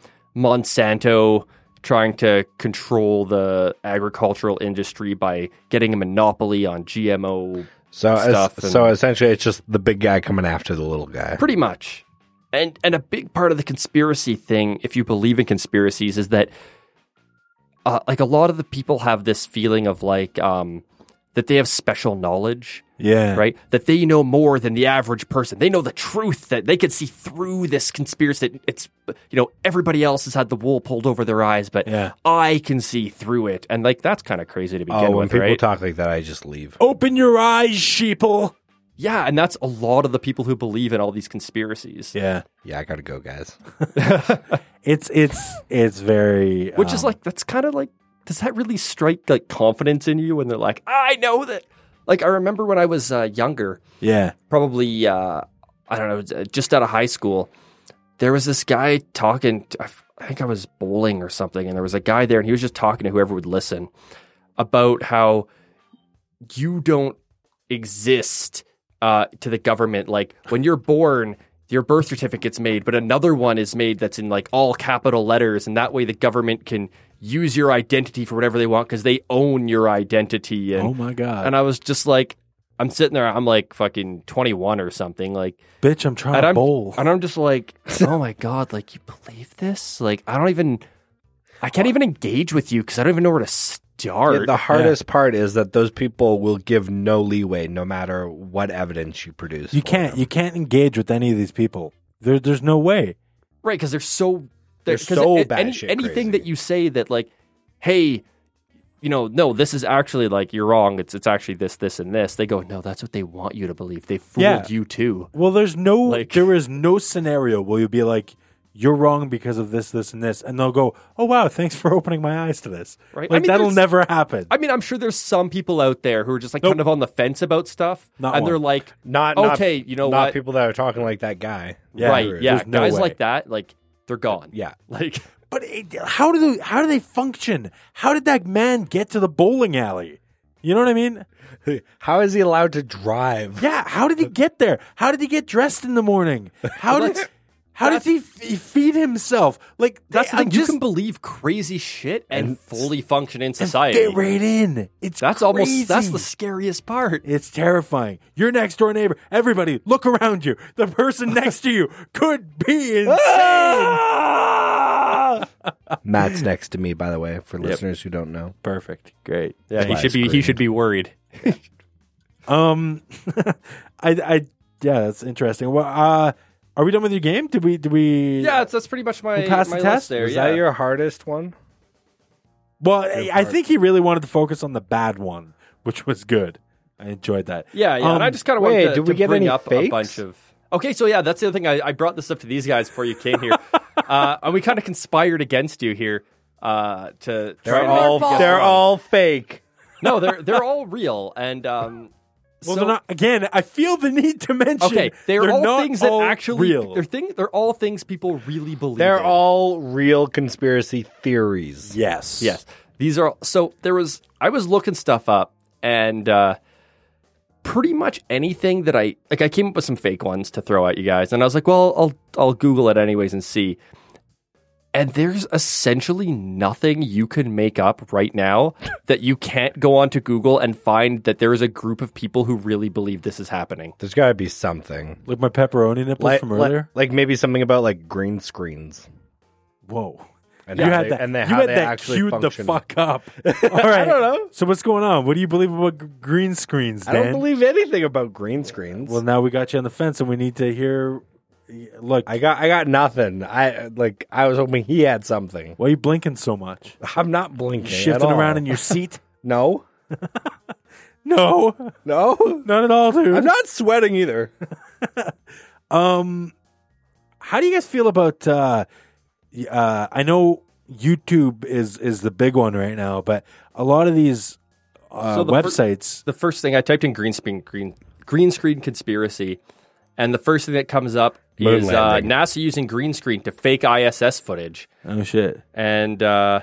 Speaker 2: Monsanto trying to control the agricultural industry by getting a monopoly on GMO,
Speaker 1: So,
Speaker 2: Stuff
Speaker 1: es-
Speaker 2: and-
Speaker 1: so essentially, it's just the big guy coming after the little guy.
Speaker 2: pretty much. And and a big part of the conspiracy thing, if you believe in conspiracies, is that uh, like a lot of the people have this feeling of like um, that they have special knowledge.
Speaker 3: Yeah.
Speaker 2: right? That they know more than the average person. They know the truth that they can see through this conspiracy. That It's you know everybody else has had the wool pulled over their eyes, but
Speaker 3: Yeah.
Speaker 2: I can see through it. And like that's kind of crazy to begin
Speaker 1: Oh, when
Speaker 2: with,
Speaker 1: people
Speaker 2: right?
Speaker 1: talk like that, I just leave.
Speaker 3: Open your eyes, sheeple.
Speaker 2: yeah, and that's a lot of the people who believe in all these conspiracies,
Speaker 3: Yeah.
Speaker 1: Yeah, I gotta go, guys.
Speaker 3: It's it's it's very
Speaker 2: which is
Speaker 3: um,
Speaker 2: like that's kind of like does that really strike like confidence in you when they're like, I know that. Like I remember when I was uh, younger,
Speaker 3: yeah
Speaker 2: probably uh, I don't know, just out of high school. There was this guy talking. To, I f- I think I was bowling or something, and there was a guy there, and he was just talking to whoever would listen about how you don't exist uh, to the government. Like when you're born, your birth certificate's made, but another one is made that's in like all capital letters, and that way the government can use your identity for whatever they want because they own your identity. And
Speaker 3: oh my god
Speaker 2: and I was just like, I'm sitting there, I'm like fucking 21 or something, like,
Speaker 3: bitch I'm trying
Speaker 2: and
Speaker 3: to
Speaker 2: I'm
Speaker 3: bowl
Speaker 2: and I'm just like, oh my god, like you believe this? Like I don't even, I can't even engage with you because I don't even know where to
Speaker 1: Yeah,
Speaker 2: start.
Speaker 1: the hardest part is that those people will give no leeway, no matter what evidence you produce.
Speaker 3: you
Speaker 1: for
Speaker 3: can't
Speaker 1: them.
Speaker 3: you can't engage with any of these people there there's no way
Speaker 2: right? Because they're so they're,
Speaker 1: They're
Speaker 2: 'cause
Speaker 1: so
Speaker 2: a- any-
Speaker 1: batshit
Speaker 2: Anything
Speaker 1: crazy.
Speaker 2: that you say that like, hey, you know, no, this is actually like you're wrong. It's it's actually this, this, and this. They go, no, that's what they want you to believe. They fooled
Speaker 3: Yeah.
Speaker 2: you too.
Speaker 3: Well, there's no
Speaker 2: Like-
Speaker 3: there is no scenario where you'd be like, you're wrong because of this, this, and this, and they'll go, oh wow, thanks for opening my eyes to this.
Speaker 2: Right.
Speaker 3: Like
Speaker 2: I mean,
Speaker 3: that'll
Speaker 2: there's-
Speaker 3: never happen.
Speaker 2: I mean, I'm sure there's some people out there who are just like kind of on the fence about stuff,
Speaker 3: Not
Speaker 2: and
Speaker 3: one.
Speaker 2: they're like,
Speaker 1: Not
Speaker 2: okay,
Speaker 1: Not,
Speaker 2: you know
Speaker 1: not
Speaker 2: what?
Speaker 1: people that are talking like that guy.
Speaker 3: Yeah.
Speaker 2: right? Yeah,
Speaker 3: There's no
Speaker 2: guys
Speaker 3: way.
Speaker 2: like that, like they're gone.
Speaker 1: Yeah.
Speaker 2: like
Speaker 3: but it, how do they, how do they function? How did that man get to the bowling alley? You know what I mean?
Speaker 1: How is he allowed to drive?
Speaker 3: Yeah. How did he get there? How did he get dressed in the morning? How did how did he, f- he feed himself? Like
Speaker 2: that's
Speaker 3: they,
Speaker 2: the thing.
Speaker 3: I'm
Speaker 2: you
Speaker 3: just-
Speaker 2: can believe crazy shit and,
Speaker 1: And-
Speaker 2: fully function in
Speaker 3: and
Speaker 2: society.
Speaker 3: Fit right in. It's
Speaker 2: That's almost that's
Speaker 3: crazy.
Speaker 2: the scariest part.
Speaker 3: It's terrifying. Your next door neighbor. Everybody, look around you. The person next to you could be
Speaker 2: Ah!
Speaker 3: insane.
Speaker 1: Matt's next to me, by the way, for listeners who don't know.
Speaker 3: Perfect. Great.
Speaker 2: Yeah, he should be he should be worried.
Speaker 3: Um, I, I, yeah, that's interesting. Well, uh, are we done with your game? Did we? Did we?
Speaker 2: Yeah, that's, that's pretty much my
Speaker 3: We passed
Speaker 2: my
Speaker 3: the
Speaker 2: list
Speaker 3: test?
Speaker 2: there.
Speaker 1: Is
Speaker 2: yeah.
Speaker 1: that your hardest one?
Speaker 3: Well, I, I think he really wanted to focus on the bad one, which was good. I enjoyed that.
Speaker 2: yeah, yeah.
Speaker 3: Um,
Speaker 2: and I just kind of
Speaker 1: wait,
Speaker 2: wanted to,
Speaker 1: did we
Speaker 2: to
Speaker 1: get
Speaker 2: bring
Speaker 1: any
Speaker 2: up a
Speaker 1: fakes?
Speaker 2: bunch of. Okay, so yeah, that's the other thing. I, I brought this up to these guys before you came here, uh, and we kind of conspired against you here uh, to try.
Speaker 1: They're
Speaker 2: and-
Speaker 1: all
Speaker 4: fault.
Speaker 1: they're all fake.
Speaker 2: no, they're they're all real, and um, so-
Speaker 3: Well, they're not, again, I feel the need to mention.
Speaker 2: Okay, they're, all
Speaker 3: not
Speaker 2: things that
Speaker 3: all
Speaker 2: actually
Speaker 3: real.
Speaker 2: They're thing. They're all things people really believe.
Speaker 1: They're
Speaker 2: in.
Speaker 1: all real conspiracy theories.
Speaker 3: yes.
Speaker 2: yes. These are so there was. I was looking stuff up and uh, pretty much anything that I like. I came up with some fake ones to throw at you guys, and I was like, well, I'll I'll Google it anyways and see. And there's essentially nothing you can make up right now that you can't go onto Google and find that there is a group of people who really believe this is happening.
Speaker 1: There's got to be something.
Speaker 3: Like my pepperoni nipples
Speaker 1: Like,
Speaker 3: from
Speaker 1: like-
Speaker 3: earlier.
Speaker 1: like maybe something about like green screens.
Speaker 3: Whoa.
Speaker 1: And
Speaker 3: you
Speaker 1: how
Speaker 3: had
Speaker 1: they-
Speaker 3: that.
Speaker 1: and they-
Speaker 3: you
Speaker 1: how
Speaker 3: had
Speaker 1: they
Speaker 3: that
Speaker 1: actually
Speaker 3: queued
Speaker 1: function.
Speaker 3: the fuck up. All right.
Speaker 1: don't know.
Speaker 3: So what's going on? What do you believe about g- green screens,
Speaker 1: I
Speaker 3: Dan?
Speaker 1: don't believe anything about green screens.
Speaker 3: Well, now we got you on the fence, and we need to hear. Look,
Speaker 1: I got I got nothing. I like I was hoping he had something.
Speaker 3: why are you blinking so much?
Speaker 1: I'm not blinking. at
Speaker 3: Shifting
Speaker 1: all.
Speaker 3: around in your seat?
Speaker 1: No.
Speaker 3: no,
Speaker 1: No.
Speaker 3: not at all, dude.
Speaker 1: I'm not sweating either.
Speaker 3: Um, how do you guys feel about? Uh, y- uh, I know YouTube is is the big one right now, but a lot of these uh,
Speaker 2: So the fir-
Speaker 3: websites.
Speaker 2: The first thing I typed in green screen green green screen conspiracy, and the first thing that comes up
Speaker 1: Moon
Speaker 2: is uh,
Speaker 1: landing.
Speaker 2: NASA using green screen to fake ISS footage.
Speaker 3: oh shit!
Speaker 2: and uh,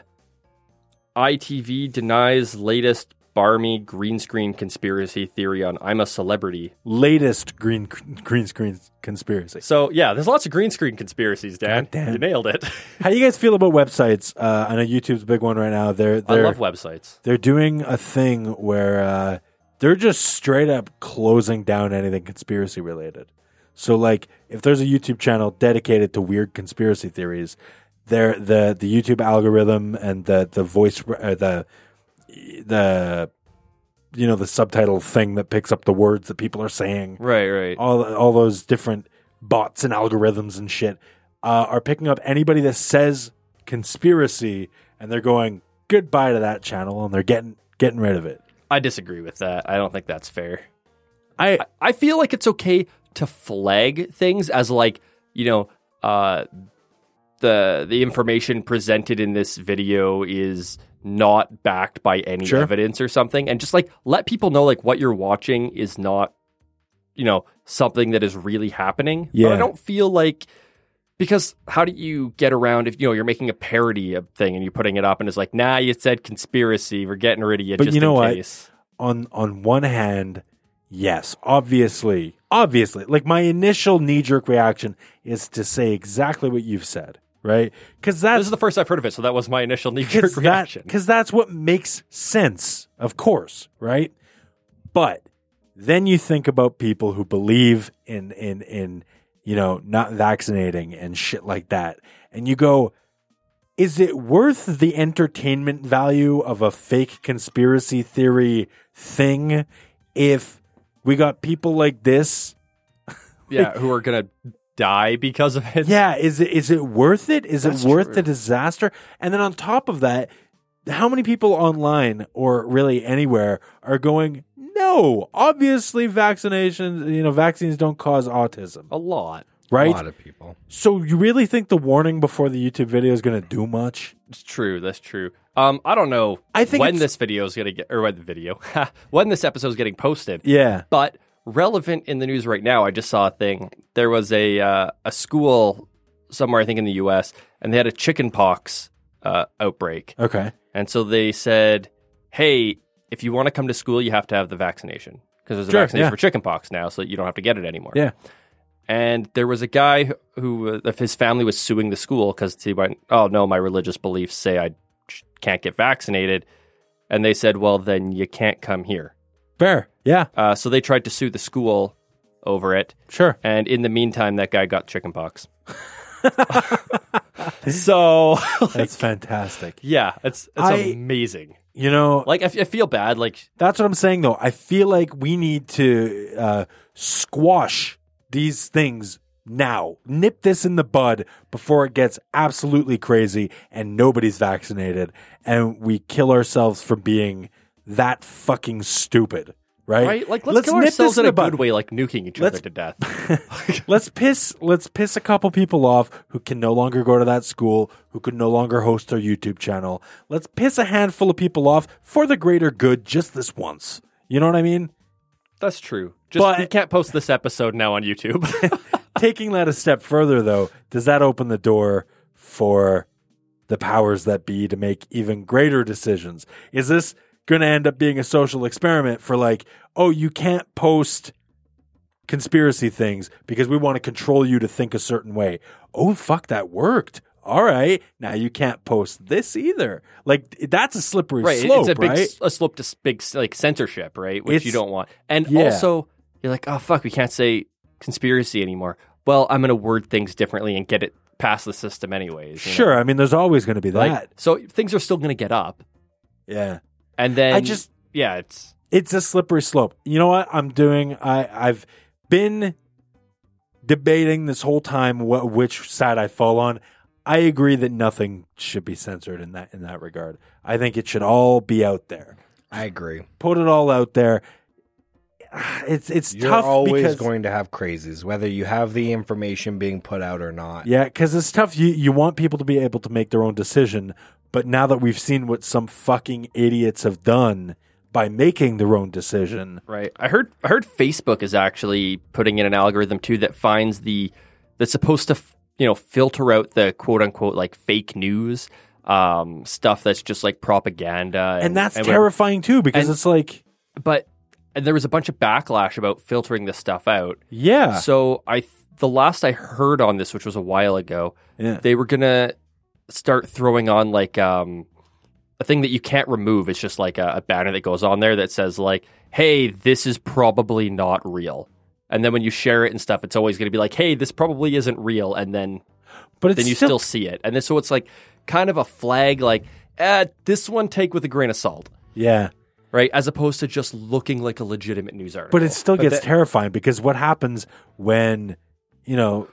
Speaker 2: ITV denies latest barmy green screen conspiracy theory on I'm a celebrity.
Speaker 3: Latest green green screen conspiracy.
Speaker 2: So yeah, there's lots of green screen conspiracies, Dan.
Speaker 3: God damn.
Speaker 2: You nailed it.
Speaker 3: How do you guys feel about websites? Uh, I know YouTube's a big one right now. They're
Speaker 2: I
Speaker 3: they're
Speaker 2: love websites.
Speaker 3: they're doing a thing where uh, they're just straight up closing down anything conspiracy related. So like if there's a YouTube channel dedicated to weird conspiracy theories, there the the YouTube algorithm and the the voice uh, the the you know the subtitle thing that picks up the words that people are saying
Speaker 2: Right, right.
Speaker 3: all all those different bots and algorithms and shit uh, are picking up anybody that says conspiracy, and they're going goodbye to that channel, and they're getting getting rid of it.
Speaker 2: I disagree with that. I don't think that's fair.
Speaker 3: I
Speaker 2: I- I feel like it's okay to flag things as like you know uh, the the information presented in this video is not backed by any
Speaker 3: Sure.
Speaker 2: evidence or something, and just like let people know like what you're watching is not you know something that is really happening. But
Speaker 3: Yeah.
Speaker 2: I don't feel like. Because how do you get around if you know you're making a parody of thing and you're putting it up and it's like, nah, you said conspiracy, we're getting rid of you
Speaker 3: But
Speaker 2: just
Speaker 3: you know
Speaker 2: in
Speaker 3: what?
Speaker 2: case.
Speaker 3: on on one hand, yes, obviously, obviously, like my initial knee jerk reaction is to say exactly what you've said, right? Because that's
Speaker 2: This is the first I've heard of it, so that was my initial knee
Speaker 3: Because
Speaker 2: jerk reaction.
Speaker 3: that's what makes sense, of course, right? But then you think about people who believe in in in you know not vaccinating and shit like that, and you go, is it worth the entertainment value of a fake conspiracy theory thing if we got people like this
Speaker 2: yeah, who are gonna die because of it.
Speaker 3: Yeah, is it is it worth it? Is
Speaker 2: That's
Speaker 3: it worth
Speaker 2: true.
Speaker 3: the disaster? And then on top of that, how many people online or really anywhere are going, "No, obviously vaccinations, you know, vaccines don't cause autism."
Speaker 2: a lot.
Speaker 1: A
Speaker 3: Right?
Speaker 1: lot of people.
Speaker 3: So you really think the warning before the YouTube video is going to do much?
Speaker 2: It's true. That's true. Um, I don't know.
Speaker 3: I think
Speaker 2: when
Speaker 3: it's-
Speaker 2: this video is gonna get, or when the video, when this episode is getting posted.
Speaker 3: Yeah.
Speaker 2: But relevant in the news right now, I just saw a thing. There was a uh, a school somewhere, I think in the U.S., and they had a chickenpox uh, outbreak,
Speaker 3: Okay.
Speaker 2: and so they said, "Hey, if you want to come to school, you have to have the vaccination because there's a
Speaker 3: Sure,
Speaker 2: vaccination
Speaker 3: yeah.
Speaker 2: for chickenpox now, so you don't have to get it anymore."
Speaker 3: Yeah.
Speaker 2: and there was a guy who- who uh, if his family was suing the school because he went oh no my religious beliefs say i sh- can't get vaccinated and they said well then you can't come here
Speaker 3: Fair. Yeah.
Speaker 2: uh, so they tried to sue the school over it
Speaker 3: Sure.
Speaker 2: and in the meantime that guy got chickenpox so
Speaker 3: That's fantastic.
Speaker 2: yeah it's, it's
Speaker 3: I-
Speaker 2: amazing
Speaker 3: You know,
Speaker 2: like I, f- I feel bad like
Speaker 3: That's what I'm saying, though. I feel like we need to uh, squash these things now. Nip this in the bud before it gets absolutely crazy and nobody's vaccinated and we kill ourselves for being that fucking stupid, right?
Speaker 2: right like let's, kill
Speaker 3: nip
Speaker 2: ourselves
Speaker 3: this
Speaker 2: in
Speaker 3: the
Speaker 2: a
Speaker 3: bud.
Speaker 2: good way like nuking each
Speaker 3: Let's-
Speaker 2: other to death
Speaker 3: Let's piss let's piss a couple people off who can no longer go to that school, who can no longer host their YouTube channel. Let's piss a handful of people off for the greater good just this once. You know what I mean?
Speaker 2: that's true just
Speaker 3: But-
Speaker 2: we can't post this episode now on youtube
Speaker 3: taking that a step further though does that open the door for the powers that be to make even greater decisions is this going to end up being a social experiment for like oh you can't post conspiracy things because we want to control you to think a certain way oh fuck that worked all right, now you can't post this either. Like that's a slippery
Speaker 2: right. it-
Speaker 3: slope,
Speaker 2: it's a big
Speaker 3: right?
Speaker 2: s- a slope to s- big s- like censorship, right? Which you
Speaker 3: It's-
Speaker 2: don't want. And
Speaker 3: yeah.
Speaker 2: also, you're like, oh fuck, we can't say conspiracy anymore. Well, I'm gonna word things differently and get it past the system anyways. you know?
Speaker 3: Sure, I mean, there's always going to be
Speaker 2: Like,
Speaker 3: that.
Speaker 2: so things are still gonna get up,
Speaker 3: Yeah,
Speaker 2: and then
Speaker 3: I just
Speaker 2: yeah, it's
Speaker 3: it's a slippery slope. You know what I'm doing? I I've been debating this whole time what which side I fall on. I agree that nothing should be censored in that in that regard. I think it should all be out there.
Speaker 1: I agree.
Speaker 3: Put it all out there. It's it's
Speaker 1: You're
Speaker 3: tough
Speaker 1: always
Speaker 3: because
Speaker 1: going to have crazies, whether you have the information being put out or not.
Speaker 3: yeah, because it's tough. You you want people to be able to make their own decision, but now that we've seen what some fucking idiots have done by making their own decision,
Speaker 2: Right. I heard I heard Facebook is actually putting in an algorithm too that finds the that's supposed to f- you know filter out the quote unquote like fake news um stuff that's just like propaganda
Speaker 3: and that's
Speaker 2: whatever.
Speaker 3: terrifying too. Because
Speaker 2: And-
Speaker 3: it's like
Speaker 2: But and there was a bunch of backlash about filtering this stuff out.
Speaker 3: yeah,
Speaker 2: So I th- the last I heard on this which was a while ago,
Speaker 3: yeah.
Speaker 2: they were going to start throwing on like um a thing that you can't remove. It's just like a, a banner that goes on there that says like, "Hey, this is probably not real." And then when you share it and stuff, it's always going to be like, "Hey, this probably isn't real." And then
Speaker 3: But it's
Speaker 2: then you still, see it. And then so it's like kind of a flag like, "Uh, this one take with a grain of salt."
Speaker 3: yeah.
Speaker 2: Right? As opposed to just looking like a legitimate news article.
Speaker 3: But it still
Speaker 1: But
Speaker 3: gets
Speaker 1: that-
Speaker 3: terrifying because what happens when you know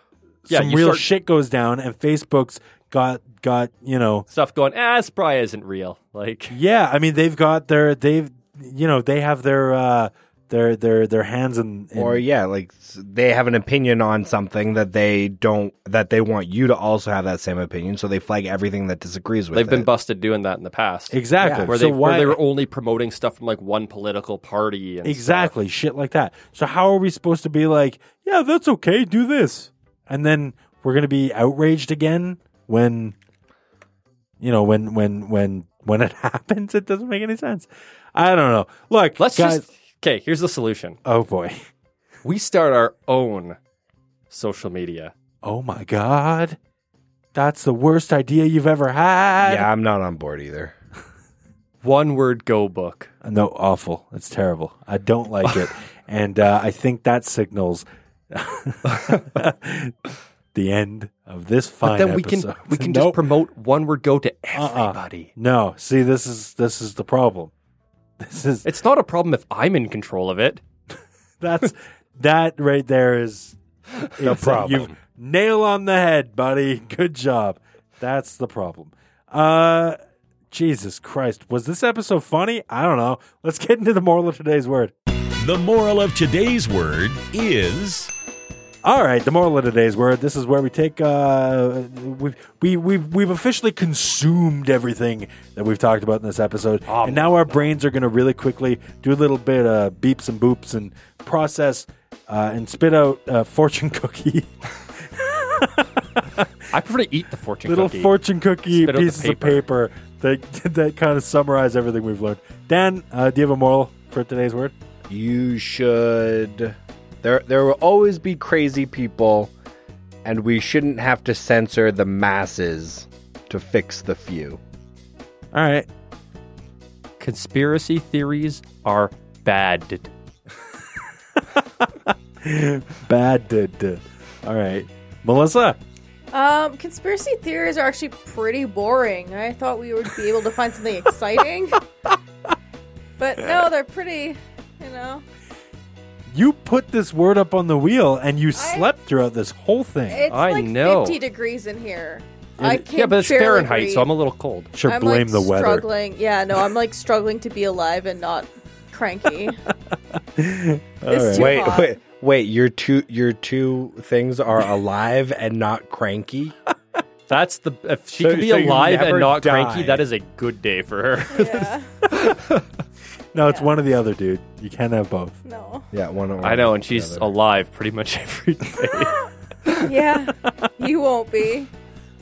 Speaker 2: Yeah,
Speaker 3: some
Speaker 2: you
Speaker 3: real
Speaker 2: start-
Speaker 3: shit goes down and Facebook's got got you know
Speaker 2: stuff going, "Ah, this probably isn't real." Like
Speaker 3: yeah I mean they've got their they've you know they have their uh their their their hands in, in
Speaker 1: Or yeah, like s- they have an opinion on something that they don't that they want you to also have that same opinion, so they flag everything that disagrees with
Speaker 2: they've been
Speaker 1: it.
Speaker 2: busted doing that in the past.
Speaker 3: exactly
Speaker 1: Yeah,
Speaker 2: where
Speaker 3: so
Speaker 2: they
Speaker 3: why
Speaker 2: where they were only promoting stuff from like one political party and
Speaker 3: exactly shit like that so how are we supposed to be like yeah that's okay do this and then we're gonna be outraged again when you know when when when when it happens it doesn't make any sense i don't know look
Speaker 2: stuff. Let's
Speaker 3: guys,
Speaker 2: just okay. Here's the solution:
Speaker 3: oh boy
Speaker 2: we start our own social media.
Speaker 3: oh my god that's the worst idea you've ever had
Speaker 1: Yeah, I'm not on board either.
Speaker 2: One word go book.
Speaker 3: no awful it's terrible i don't like it and uh, i think that signals the end of this
Speaker 2: But
Speaker 3: fine
Speaker 2: then we can
Speaker 3: episode.
Speaker 2: we can
Speaker 3: Nope.
Speaker 2: just promote one word go to
Speaker 3: Uh-uh.
Speaker 2: everybody.
Speaker 3: No, see, this is this is the problem. This is
Speaker 2: It's not a problem if I'm in control of it.
Speaker 3: that's that right there is the
Speaker 1: problem.
Speaker 3: nail on the head, buddy. Good job. That's the problem. Uh, Jesus Christ, was this episode funny? I don't know. Let's get into the moral of today's word.
Speaker 5: The moral of today's word is
Speaker 3: All right, the moral of today's word. This is where we take. Uh, we've we, we've we've officially consumed everything that we've talked about in this episode,
Speaker 2: Ah,
Speaker 3: and now our brains are going to really quickly do a little bit of beeps and boops and process uh, and spit out uh, fortune cookie,
Speaker 2: I prefer to eat the fortune
Speaker 3: little
Speaker 2: cookie.
Speaker 3: fortune cookie
Speaker 2: Spit out the
Speaker 3: pieces
Speaker 2: paper.
Speaker 3: of paper that that kind of summarize everything we've learned. Dan, uh, do you have a moral for today's word?
Speaker 1: You should there there will always be crazy people and we shouldn't have to censor the masses to fix the few.
Speaker 3: All right,
Speaker 2: Conspiracy theories are bad.
Speaker 3: bad. Did, did. All right, Melissa.
Speaker 4: Um, conspiracy theories are actually pretty boring. I thought we would be able to find something exciting. but no, they're pretty, you know.
Speaker 3: You put this word up on the wheel and you
Speaker 4: I-
Speaker 3: slept throughout this whole thing.
Speaker 4: It's
Speaker 2: I
Speaker 4: like
Speaker 2: know.
Speaker 4: 50 degrees in here. I can't
Speaker 2: yeah, but it's
Speaker 4: barely
Speaker 2: Fahrenheit, so
Speaker 4: breathe.
Speaker 2: I'm a little cold.
Speaker 3: sure,
Speaker 4: I'm,
Speaker 3: blame
Speaker 4: like,
Speaker 3: the weather.
Speaker 4: Struggling. Yeah, no, I'm like struggling to be alive and not cranky. it's
Speaker 3: right.
Speaker 4: too
Speaker 1: Wait,
Speaker 4: hot.
Speaker 1: wait, wait, your two your two things are alive and not cranky?
Speaker 2: That's the if she
Speaker 1: So-
Speaker 2: can be
Speaker 1: so you
Speaker 2: alive
Speaker 1: never
Speaker 2: and not
Speaker 1: die.
Speaker 2: cranky. That is a good day for her.
Speaker 4: Yeah.
Speaker 3: No, it's
Speaker 4: Yeah.
Speaker 3: one or the other, dude. You can't have both.
Speaker 4: No.
Speaker 1: Yeah, one or
Speaker 2: I know, and she's
Speaker 1: the other.
Speaker 2: alive pretty much every day.
Speaker 4: Yeah. you won't be.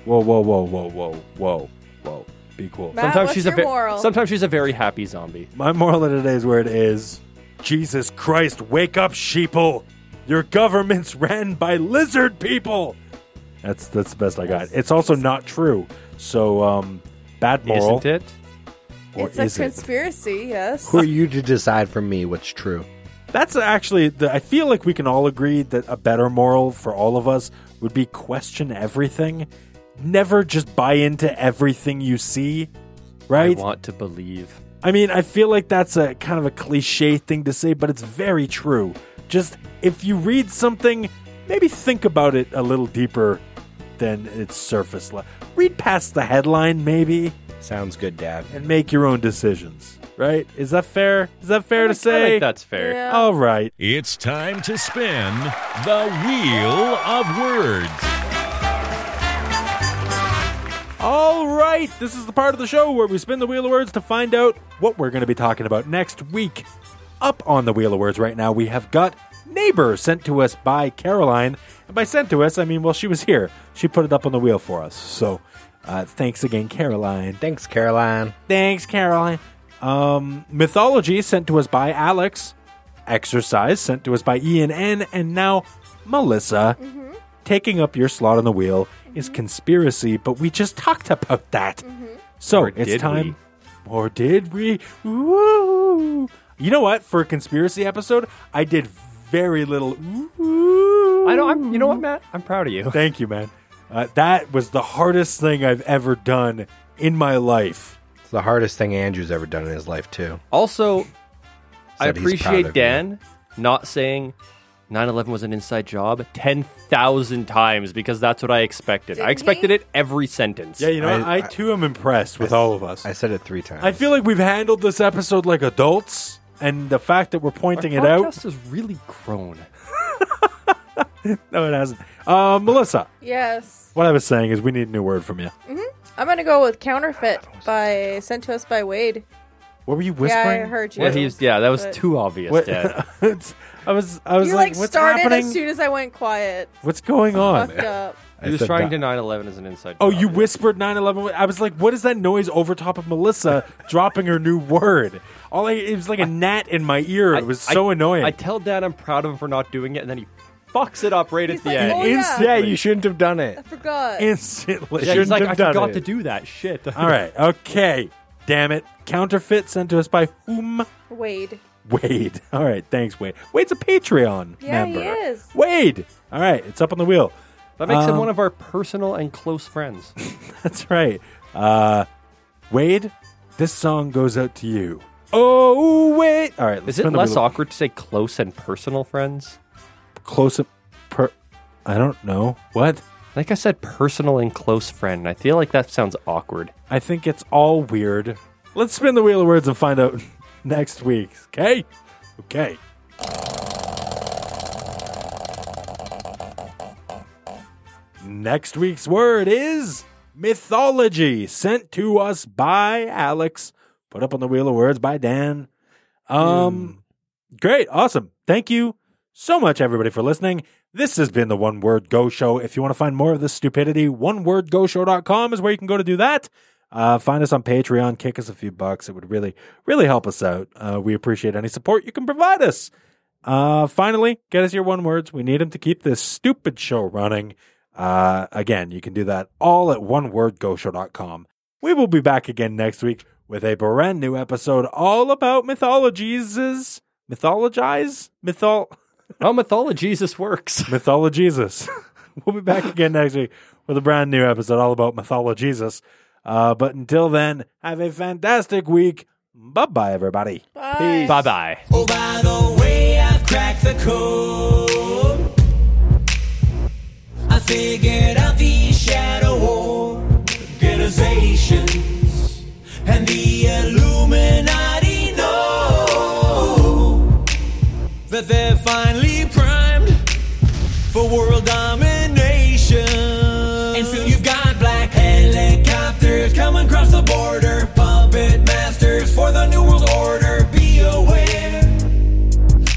Speaker 3: Whoa, whoa, whoa, whoa, whoa, whoa, whoa. Be cool.
Speaker 4: Matt, what's
Speaker 2: she's
Speaker 4: your
Speaker 2: a ve-
Speaker 4: moral?
Speaker 2: sometimes she's a very happy zombie.
Speaker 3: My moral of today's word is Jesus Christ, wake up, sheeple. Your government's ran by lizard people. That's that's the best I got. It's also not true. So um, bad moral.
Speaker 2: Isn't it?
Speaker 3: Or
Speaker 4: it's a
Speaker 3: is it?
Speaker 4: conspiracy, yes.
Speaker 1: Who are you to decide for me what's true?
Speaker 3: That's actually. The, I feel like we can all agree that a better moral for all of us would be question everything. Never just buy into everything you see. Right.
Speaker 2: I want to believe.
Speaker 3: I mean, I feel like that's a kind of a cliche thing to say, but it's very true. Just if you read something, maybe think about it a little deeper than its surface level. Read past the headline, maybe,
Speaker 1: Sounds good, Dad.
Speaker 3: and make your own decisions. Right? Is that fair? Is that fair to
Speaker 2: I
Speaker 3: say?
Speaker 2: think that's fair.
Speaker 4: Yeah.
Speaker 3: All right.
Speaker 5: It's time to spin the Wheel of Words.
Speaker 3: All right. This is the part of the show where we spin the Wheel of Words to find out what we're going to be talking about next week. Up on the Wheel of Words right now, we have got Neighbor sent to us by Caroline. And by sent to us, I mean, well, she was here. She put it up on the wheel for us. So uh, thanks again, Caroline.
Speaker 1: Thanks, Caroline.
Speaker 3: Thanks, Caroline. Um, mythology sent to us by Alex. Exercise sent to us by Ian N. And now Melissa taking up your slot on the wheel is conspiracy, but we just talked about that. So
Speaker 2: Or
Speaker 3: it's
Speaker 2: did
Speaker 3: time. Or did we? Woo! You know what? For a conspiracy episode, I did very little. Ooh.
Speaker 2: I know. I'm. You know what, Matt? I'm proud of you.
Speaker 3: Thank you, man. Uh, that was the hardest thing I've ever done in my life.
Speaker 1: It's the hardest thing Andrew's ever done in his life, too.
Speaker 2: Also, I
Speaker 1: Said he's proud
Speaker 2: appreciate
Speaker 1: of you.
Speaker 2: Dan not saying 9/11 was an inside job 10,000 times because that's what I expected.
Speaker 4: Didn't
Speaker 2: I expected
Speaker 4: he?
Speaker 2: it every sentence.
Speaker 3: Yeah, you know,
Speaker 1: I-
Speaker 3: what? I,
Speaker 1: I-
Speaker 3: too am impressed with all of us.
Speaker 1: I
Speaker 3: I,
Speaker 1: said it three times.
Speaker 3: feel like we've handled this episode like adults, and the fact that we're pointing it
Speaker 2: Our
Speaker 3: out,
Speaker 2: podcast has really grown.
Speaker 3: no, it hasn't. Uh, Melissa,
Speaker 4: Yes.
Speaker 3: what I was saying is we need a new word from you.
Speaker 4: I'm going to go with Counterfeit by sent to us by Wade.
Speaker 3: What were you
Speaker 4: yeah,
Speaker 3: whispering?
Speaker 4: I heard you.
Speaker 2: Yeah, he's, yeah that was
Speaker 4: But-
Speaker 2: too obvious,
Speaker 3: What-
Speaker 2: Dan.
Speaker 3: It's- I was, I was
Speaker 4: You
Speaker 3: like,
Speaker 4: like,
Speaker 3: what's
Speaker 4: started Oh,
Speaker 3: happening?
Speaker 4: as soon as I went quiet.
Speaker 3: what's going on?
Speaker 4: Fucked up.
Speaker 1: I
Speaker 2: He was
Speaker 1: said
Speaker 2: trying
Speaker 1: that-
Speaker 2: to 9/11 as an inside.
Speaker 3: Oh,
Speaker 2: job,
Speaker 3: you
Speaker 2: yeah.
Speaker 3: whispered 9-11. I was like, what is that noise over top of Melissa dropping her new word? All I, it was like a gnat in my ear. It was
Speaker 2: I-
Speaker 3: so annoying.
Speaker 2: I tell Dan I'm proud of him for not doing it, and then he fucks it up right
Speaker 4: He's
Speaker 2: at the
Speaker 4: like,
Speaker 2: end.
Speaker 4: "Oh, yeah."
Speaker 3: Inst-
Speaker 1: Yeah, you shouldn't have done
Speaker 4: I
Speaker 1: it.
Speaker 4: forgot.
Speaker 3: instantly.
Speaker 2: yeah, he's like, I
Speaker 1: have done
Speaker 2: forgot
Speaker 1: it."
Speaker 2: to do that. Shit.
Speaker 3: All right. Okay. Damn it. Counterfeit sent to us by whom?
Speaker 4: Wade.
Speaker 3: Wade. All right. Thanks, Wade. Wade's a Patreon
Speaker 4: Yeah,
Speaker 3: member.
Speaker 4: he is.
Speaker 3: Wade. All right. It's up on the wheel.
Speaker 2: That makes him
Speaker 3: Um,
Speaker 2: one of our personal and close friends.
Speaker 3: That's right. Uh, Wade, this song goes out to you. Oh, wait. All right. Let's
Speaker 2: Is it
Speaker 3: spin the
Speaker 2: less
Speaker 3: wheel.
Speaker 2: awkward to say close and personal friends?
Speaker 3: Close up. Per- I don't know. What?
Speaker 2: Like I said, personal and close friend. I feel like that sounds awkward.
Speaker 3: I think it's all weird. Let's spin the wheel of words and find out next week. Okay? Okay. Next week's word is mythology, sent to us by Alex, put up on the wheel of words by Dan. Um great, awesome. Thank you so much everybody for listening. This has been the One Word Go show. If you want to find more of this stupidity, onewordgoshow.com is where you can go to do that. Uh, find us on Patreon, kick us a few bucks. It would really, really help us out. Uh, we appreciate any support you can provide us. Uh, finally, get us your one words. We need them to keep this stupid show running. Uh, again, you can do that all at onewordgoshow.com. We will be back again next week with a brand new episode all about mythologies. Mythologize? Mythol.
Speaker 2: Oh, mythology, this works.
Speaker 3: Mythologesus. we'll be back again next week with a brand new episode all about Mythologesus. Uh, but until then, have a fantastic week. Bye bye, everybody.
Speaker 4: Bye.
Speaker 2: Bye bye.
Speaker 6: Oh, by the way, I've cracked the code. I figured out the shadow organizations and the Illuminati know that they're finally primed for world domination. And soon you've got black helicopters coming across the border, puppet masters for the new world order. Be aware,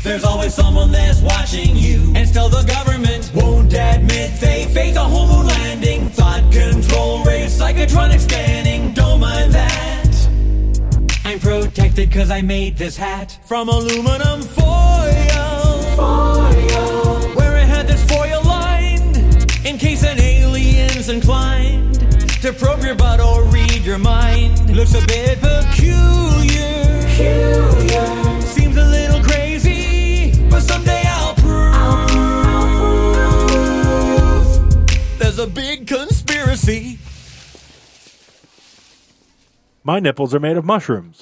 Speaker 6: there's always someone that's watching you, and still the government won't admit they faked a whole moon landing. Thought control race, psychotronic scanning. Don't mind that. I'm protected cause I made this hat from aluminum foil. Foil. Where it had this foil lined in case an alien. looks a bit peculiar. Seems a little crazy, but someday I'll prove. There's a big conspiracy.
Speaker 3: My nipples are made of mushrooms.